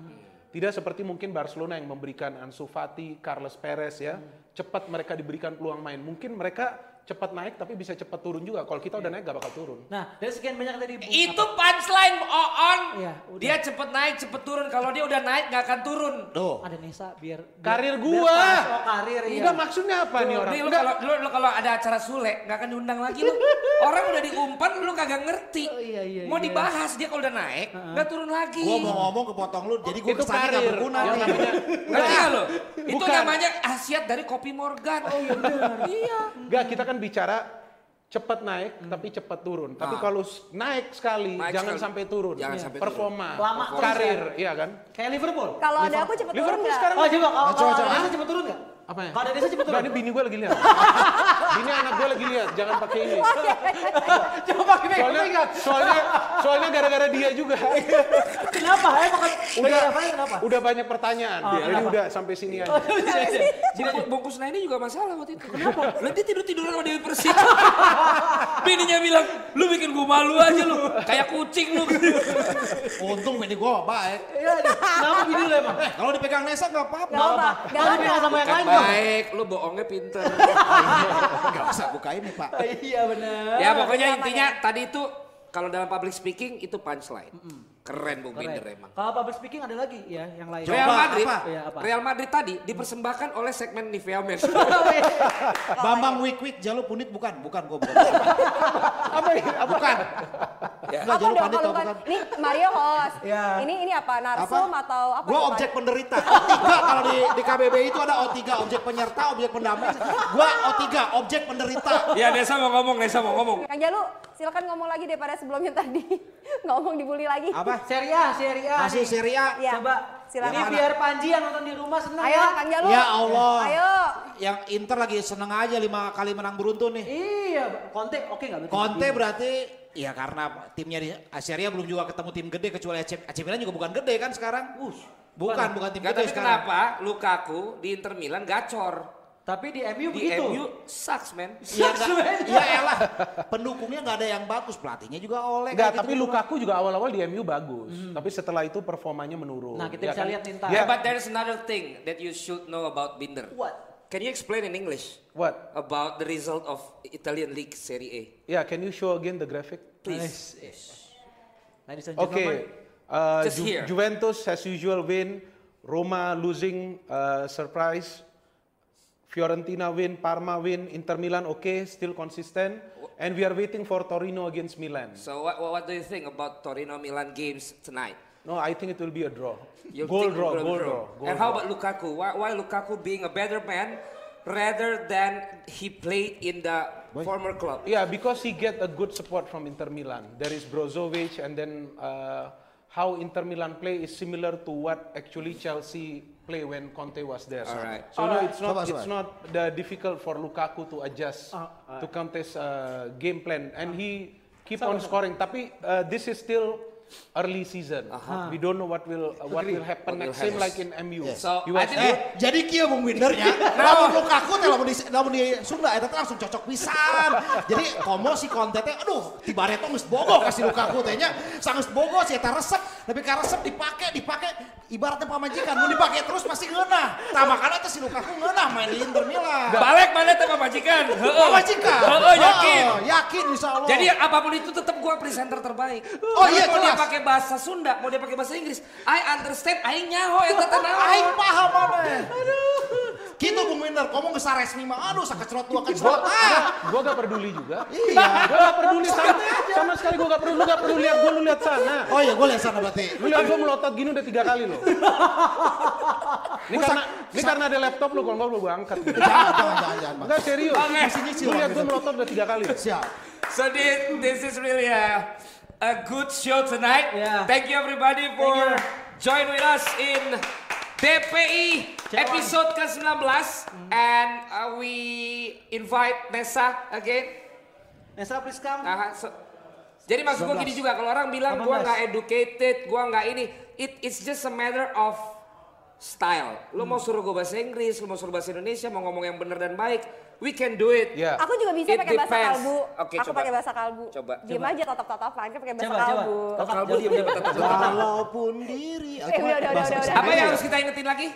F: Tidak seperti mungkin Barcelona yang memberikan Ansu Fati, Carles Perez ya, cepat mereka diberikan peluang main. Mungkin mereka cepat naik tapi bisa cepat turun juga. Kalau kita
C: Iya.
F: udah naik gak bakal turun.
C: Nah, dari sekian banyak tadi Bu,
A: Itu punchline oh, Oon.
C: Iya, udah.
A: dia cepet naik, cepet turun. Kalau dia udah naik nggak akan turun.
C: apa? ada Nesa biar biar- biar
F: Karir gua.
C: panas. Oh, karir ya.
F: Enggak maksudnya apa nih orang?
A: Nih lu
F: Enggak.
A: kalau lu, lu kalau ada acara Sule nggak akan diundang lagi lu. Orang udah diumpan lu kagak ngerti.
C: Oh, iya, iya,
A: Mau
C: iya.
A: dibahas dia kalau udah naik nggak turun lagi.
D: Gue mau ngomong kepotong lu, jadi gue
F: Itu
D: kesannya gak
F: karir.
D: berguna
F: Yang
D: nih.
F: namanya-
A: Ngerti nggak lu? Itu
F: Bukan.
A: namanya khasiat dari kopi Morgan. Oh iya iya.
F: Enggak, kita kan bicara cepat naik
C: Hmm.
F: tapi cepat turun. Tapi
C: Ah.
F: kalau s- naik sekali
A: Naik
F: jangan
A: sekali.
F: sampai turun.
A: Jangan
F: Iya.
A: sampai turun.
F: Performa,
C: Lama terus ya.
F: karir, iya kan?
C: Kayak Liverpool.
B: Kalau ada aku cepet turun
F: Liverpool
B: nggak?
F: sekarang
C: Oh, coba kalau
D: Coba,
C: kalau ada
D: coba.
C: Nesa cepet turun enggak?
F: apa ya?
C: Kalau ada Nesa cepet turun.
F: Enggak, ini bini gue lagi lihat. bini anak gue lagi lihat, jangan pakai ini.
C: Oh, iya. Coba pakai
F: Soalnya
C: megang.
F: soalnya soalnya gara-gara dia juga.
C: Kenapa? Eh, makan udah
F: Udah
C: apa? iya. Kenapa? Oh,
F: udah banyak pertanyaan. Jadi udah sampai sini aja.
A: Bungkus, bungkus nah ini juga masalah waktu itu. Kenapa? Lah dia tidur-tiduran sama Dewi Persik. Bininya bilang, lu bikin gua malu aja lu. Kayak kucing lu.
D: Untung ini gue baik.
C: Iya, iya. kenapa gini lu emang?
D: Eh, kalau dipegang Nesa gak apa-apa.
B: Gak apa, gak
C: Kalau
B: apa.
C: bilang sama yang
A: Kan
C: lain dong.
A: baik, lu bohongnya pinter.
D: Gak usah buka ini pak.
C: Iya benar.
A: ya pokoknya intinya tadi itu kalau dalam public speaking itu punchline. Keren Bung Binder emang.
C: Kalau public speaking ada lagi ya yang lain.
A: Real Madrid,
D: apa?
C: Iya, apa?
A: Real Madrid tadi dipersembahkan oleh segmen Nivea Men.
F: Iya.
D: Bambang Wik Wik Jalo Punit bukan, bukan gue bukan.
F: Apa ini? Apa?
D: Bukan. Enggak
B: Apa
D: Jalo
B: dong
D: Punit
B: kalau
D: tau
B: bukan?
D: bukan.
B: Ini Mario host.
C: Iya.
B: Ini ini apa? Narsum atau apa?
D: Gua
B: tuh, Pak?
D: objek penderita. O3 kalau di di KBB itu ada O3, objek penyerta, objek pendamping. Gua O3, objek penderita.
A: ya Nesa mau ngomong, Nesa mau ngomong.
B: Kang Jalu, silakan ngomong lagi daripada sebelumnya tadi. Ngomong dibully lagi.
D: Apa?
C: Serie A, Serie A.
D: Masih
C: nih.
D: seri A.
B: Iya.
C: Coba.
B: Silakan.
C: Ini biar Panji yang nonton di rumah seneng
B: Ayo
C: ya.
B: Kang Jalu.
D: Ya Allah.
B: Ayo.
D: Yang Inter lagi seneng aja lima kali menang beruntun nih.
C: Iya, Conte oke nggak? berarti? Iya.
D: Conte berarti ya karena timnya di Serie A belum juga ketemu tim gede kecuali AC, AC Milan juga bukan gede kan sekarang.
C: Ush.
D: Bukan, bukan tim
A: Gak tapi
D: gede sekarang.
A: kenapa Lukaku di Inter Milan gacor.
C: Tapi di MU
A: Di Iya,
C: begitu. Iya,
A: MU sucks man.
D: Ya, enggak,
C: Sebenarnya.
D: ya elah, pendukungnya nggak ada yang bagus, pelatihnya juga
C: iya.
D: oleh.
F: Enggak,
D: kayak
F: tapi
D: gitu.
F: Lukaku juga awal-awal di MU bagus. Tapi setelah itu performanya menurun.
C: Hmm. Nah, kita bisa lihat nih ntar.
F: Ya,
A: But there's another thing that you should know about Binder.
C: What?
A: Can you explain in English
F: what?
A: about the result of Italian League Serie A?
F: Ya, can you show again the graphic?
A: Please.
C: Ladies and
F: Oke,
C: gentlemen.
F: uh,
A: Just
F: Ju-
A: here.
F: Juventus as usual win, Roma losing uh, surprise, Fiorentina win, Parma win, Inter Milan okay, still consistent, and we are waiting for Torino against Milan.
A: So what, what what do you think about Torino Milan games tonight?
F: No, I think it will be a draw.
A: You
F: goal
A: think
F: draw,
A: we'll
F: goal
A: draw?
F: draw. goal
A: And how
F: draw.
A: about Lukaku? Why, why Lukaku being a better man rather than he played in the former club?
F: Yeah, because he get a good support from Inter Milan. There is Brozovic, and then uh, how Inter Milan play is similar to what actually Chelsea play when Conte was there.
A: Alright.
F: So no, it's not
D: Coba, coba.
F: it's not the difficult for Lukaku to adjust to Conte's uh, game plan, and he keep on scoring. Tapi uh, this is still early season. We don't know what will uh, what will happen
A: What will
F: next. Same
A: happen.
F: like in MU.
A: So I
F: He was
A: think
D: Eh, jadi kia Bung ya. Windernya,
A: Iya.
D: lamun Lukaku teh ya, lamun di lamun di Sunda eta teh langsung cocok pisan. Jadi komo si konten teh aduh tibare tong geus bogo ka si Lukaku teh nya. Sanggeus bogo si eta resep, lebih ka resep dipake dipake ibaratnya pamajikan mun dipake terus masih ngeunah. Tah makana teh si Lukaku ngeunah main di Inter Milan.
A: Balik mana tuh majikan? Heeh.
D: Pamajikan.
A: Heeh, yakin.
D: Heeh, yakin insyaallah.
A: Jadi apapun itu tetap gua presenter terbaik.
D: Oh, iya,
A: mau dia
D: jelas.
A: pakai bahasa Sunda, mau dia pakai bahasa Inggris, I understand, I nyaho eta teh naon.
D: aing paham maneh. Gitu Bung Winder, ngomong geus resmi mah aduh sakecrot dua kecrot. Ah,
F: Gua gak peduli juga.
D: Iya.
F: Gua gak peduli sama, sama sekali gua gak peduli. Lu gak perlu lihat gua, lu lihat sana.
D: Oh iya, gue lihat sana berarti.
F: Lu lihat gua melotot gini udah tiga kali loh. Ini
D: Gua
F: karena,
D: sak-
F: ini karena ada laptop lu kalau nggak lu gua angkat.
D: Jangan, jangan, jangan, jangan. Bang.
F: Enggak serius.
A: Oke.
F: Lu lihat gua melotot udah tiga kali.
D: Siap.
A: So this, this is really a, a good show tonight.
C: Yeah.
A: Thank you everybody for
C: you.
A: join with us in DPI episode ke-19
C: Mm.
A: and uh, we invite Nessa again.
C: Nesa please come.
A: Uh, so, Jadi maksud gue gini juga, kalau orang bilang gue nggak educated, gue nggak ini, it it's just a matter of style. Lo mau suruh gue bahasa Inggris, lo mau suruh bahasa Indonesia, mau ngomong yang benar dan baik, we can do it.
F: Ya.
B: Aku juga bisa
A: It
B: pakai bahasa
A: depends.
B: kalbu.
A: Oke,
B: aku
A: coba.
B: pakai bahasa kalbu.
A: Coba.
B: Diam aja tatap-tatapan kan pakai bahasa
C: Coba, coba.
B: kalbu.
C: Tatap.
A: Kalau gue diem dia tetap
G: Walaupun diri.
B: Eh, udah, udah, udah, udah, udah.
A: Apa yang harus kita ingetin lagi?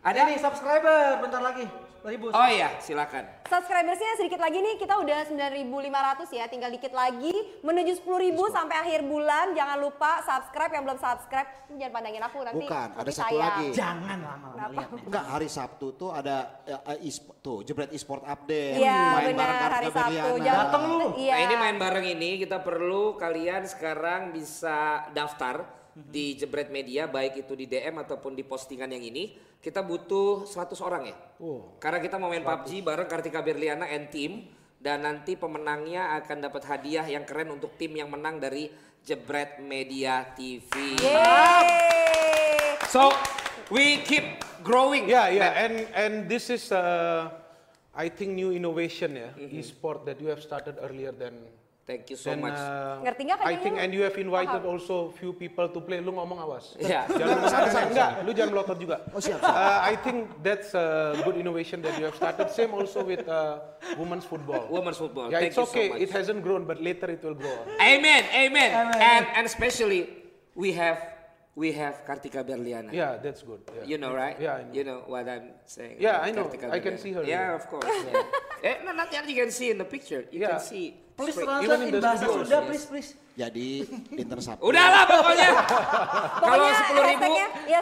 C: Ada
A: Ada?
C: nih subscriber bentar lagi. Ribu.
A: Oh iya, silakan.
B: Subscribersnya sedikit lagi nih, kita udah 9.500 ya, tinggal dikit lagi menuju 10.000 sampai akhir bulan. Jangan lupa subscribe yang belum subscribe, jangan pandangin aku nanti.
G: Bukan, ada
B: nanti
G: satu
B: sayang.
G: lagi.
C: Jangan lama-lama
B: Kenapa?
C: lihat. Nen.
G: Enggak, hari Sabtu tuh ada ya, eh, e-sport- tuh jebret e-sport update.
B: Iya
G: main
B: benar
G: bareng Kartika
B: hari Sabtu.
G: Beriana.
B: Jangan-
C: Dateng lu.
B: Iya.
A: Nah ini main bareng ini kita perlu kalian sekarang bisa daftar di Jebret Media baik itu di DM ataupun di postingan yang ini. Kita butuh 100 orang ya. Karena kita mau main PUBG bareng Kartika Berliana and team dan nanti pemenangnya akan dapat hadiah yang keren untuk tim yang menang dari Jebret Media TV.
B: Yeay.
A: So we keep growing.
F: Yeah, yeah, Ya, and and this is uh, I think new innovation ya, e-sport that you have started earlier than
A: Thank you Mhm. so
F: than
A: much.
F: uh,
B: Ngerti nggak
F: I
B: kayaknya
F: think
B: lu?
F: and you have invited also few people to play. Lu ngomong awas.
A: Iya.
F: Jangan melotot enggak, lu jangan melotot juga.
G: Oh, siap,
F: Uh, I think that's a good innovation that you have started. Same also with uh, women's football.
A: Women's football.
F: Yeah,
A: Thank
F: it's
A: you
F: okay.
A: so much.
F: It hasn't grown, but later it will grow. on.
A: Amen, amen. And and especially we have we have Kartika Berliana.
F: Yeah, that's good. Yeah.
A: You know, right?
F: Yeah, I know.
A: You know what I'm saying.
F: Yeah,
A: about
F: I know.
A: Kartika
F: I can
A: Berliana.
F: see her,
A: Yeah,
F: yeah.
A: of course. Yeah. eh, no, not that you can see in the picture. You
F: Yeah.
A: can see.
C: Please
A: straight.
C: translate
F: even in
C: in
F: the
C: bahasa
F: studios,
C: Sunda,
A: yes.
C: please, please.
G: Jadi dinner Sabtu.
A: Udahlah pokoknya. Kalau
B: Pokoknya
A: sepuluh ribu,
B: hashtagnya, ya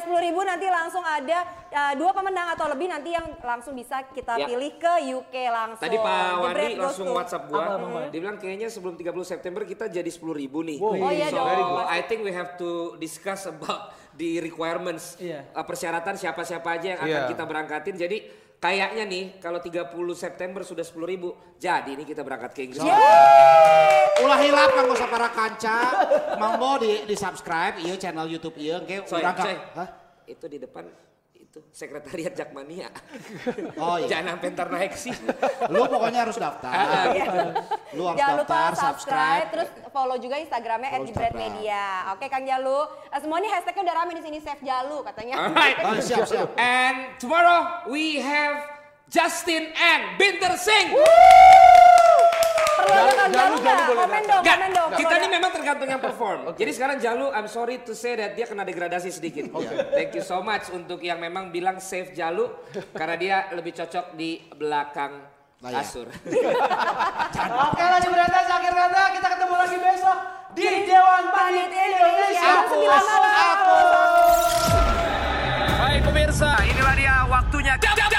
B: 10.000 nanti langsung ada uh, dua pemenang atau lebih nanti yang langsung bisa kita
A: Ya.
B: pilih ke UK langsung.
A: tadi Pak Wandi
B: Jebret,
A: langsung
B: goes to-
A: WhatsApp gua. Dia bilang kayaknya sebelum 30 September kita jadi 10.000 nih.
B: Oh, iya
A: so
B: dong.
A: I think we have to discuss about the requirements,
C: Iya.
A: uh, persyaratan siapa-siapa aja yang akan
F: Iya.
A: kita berangkatin. Jadi kayaknya nih kalau 30 September sudah 10.000 jadi nih kita berangkat ke Inggris.
G: Ulah hilap kan usah para kanca. Monggo di, di subscribe iya channel YouTube iya engke
A: Coy,
G: urang ka.
A: coy.
G: Hah?
A: Itu di depan itu sekretariat Jakmania.
G: Oh iya.
A: Jangan sampai ntar naik sih.
G: Lu pokoknya harus daftar. Lu harus
B: Ah, gitu. Jangan lupa
G: daftar,
B: subscribe, terus follow juga Instagramnya
G: Follow Instagram.
B: @jebretmedia. Oke Kang Jalu, Eh, semua nih hashtagnya udah rame di sini save Jalu katanya.
A: Alright.
G: Oh, siap, siap.
A: And tomorrow we have Justin and Binder Singh.
B: Perlu ada Kang Jalu
F: Jalu-
B: nggak?
F: Jalu boleh
B: Komen
F: datang.
B: dong,
A: Nggak,
B: komen dong.
A: kita
B: Kalau
A: ini
B: ada-
A: memang tergantung yang perform. Jadi sekarang Jalu, I'm sorry to say that dia kena degradasi sedikit. Thank you so much untuk yang memang bilang save Jalu karena dia lebih cocok di belakang
G: Layar.
A: kasur.
C: Oke lah Jebretas, akhir kata kita ketemu lagi besok di Dewan Panit Indonesia.
B: Aku, aku.
A: Baik pemirsa, inilah dia waktunya. Jam- Jam-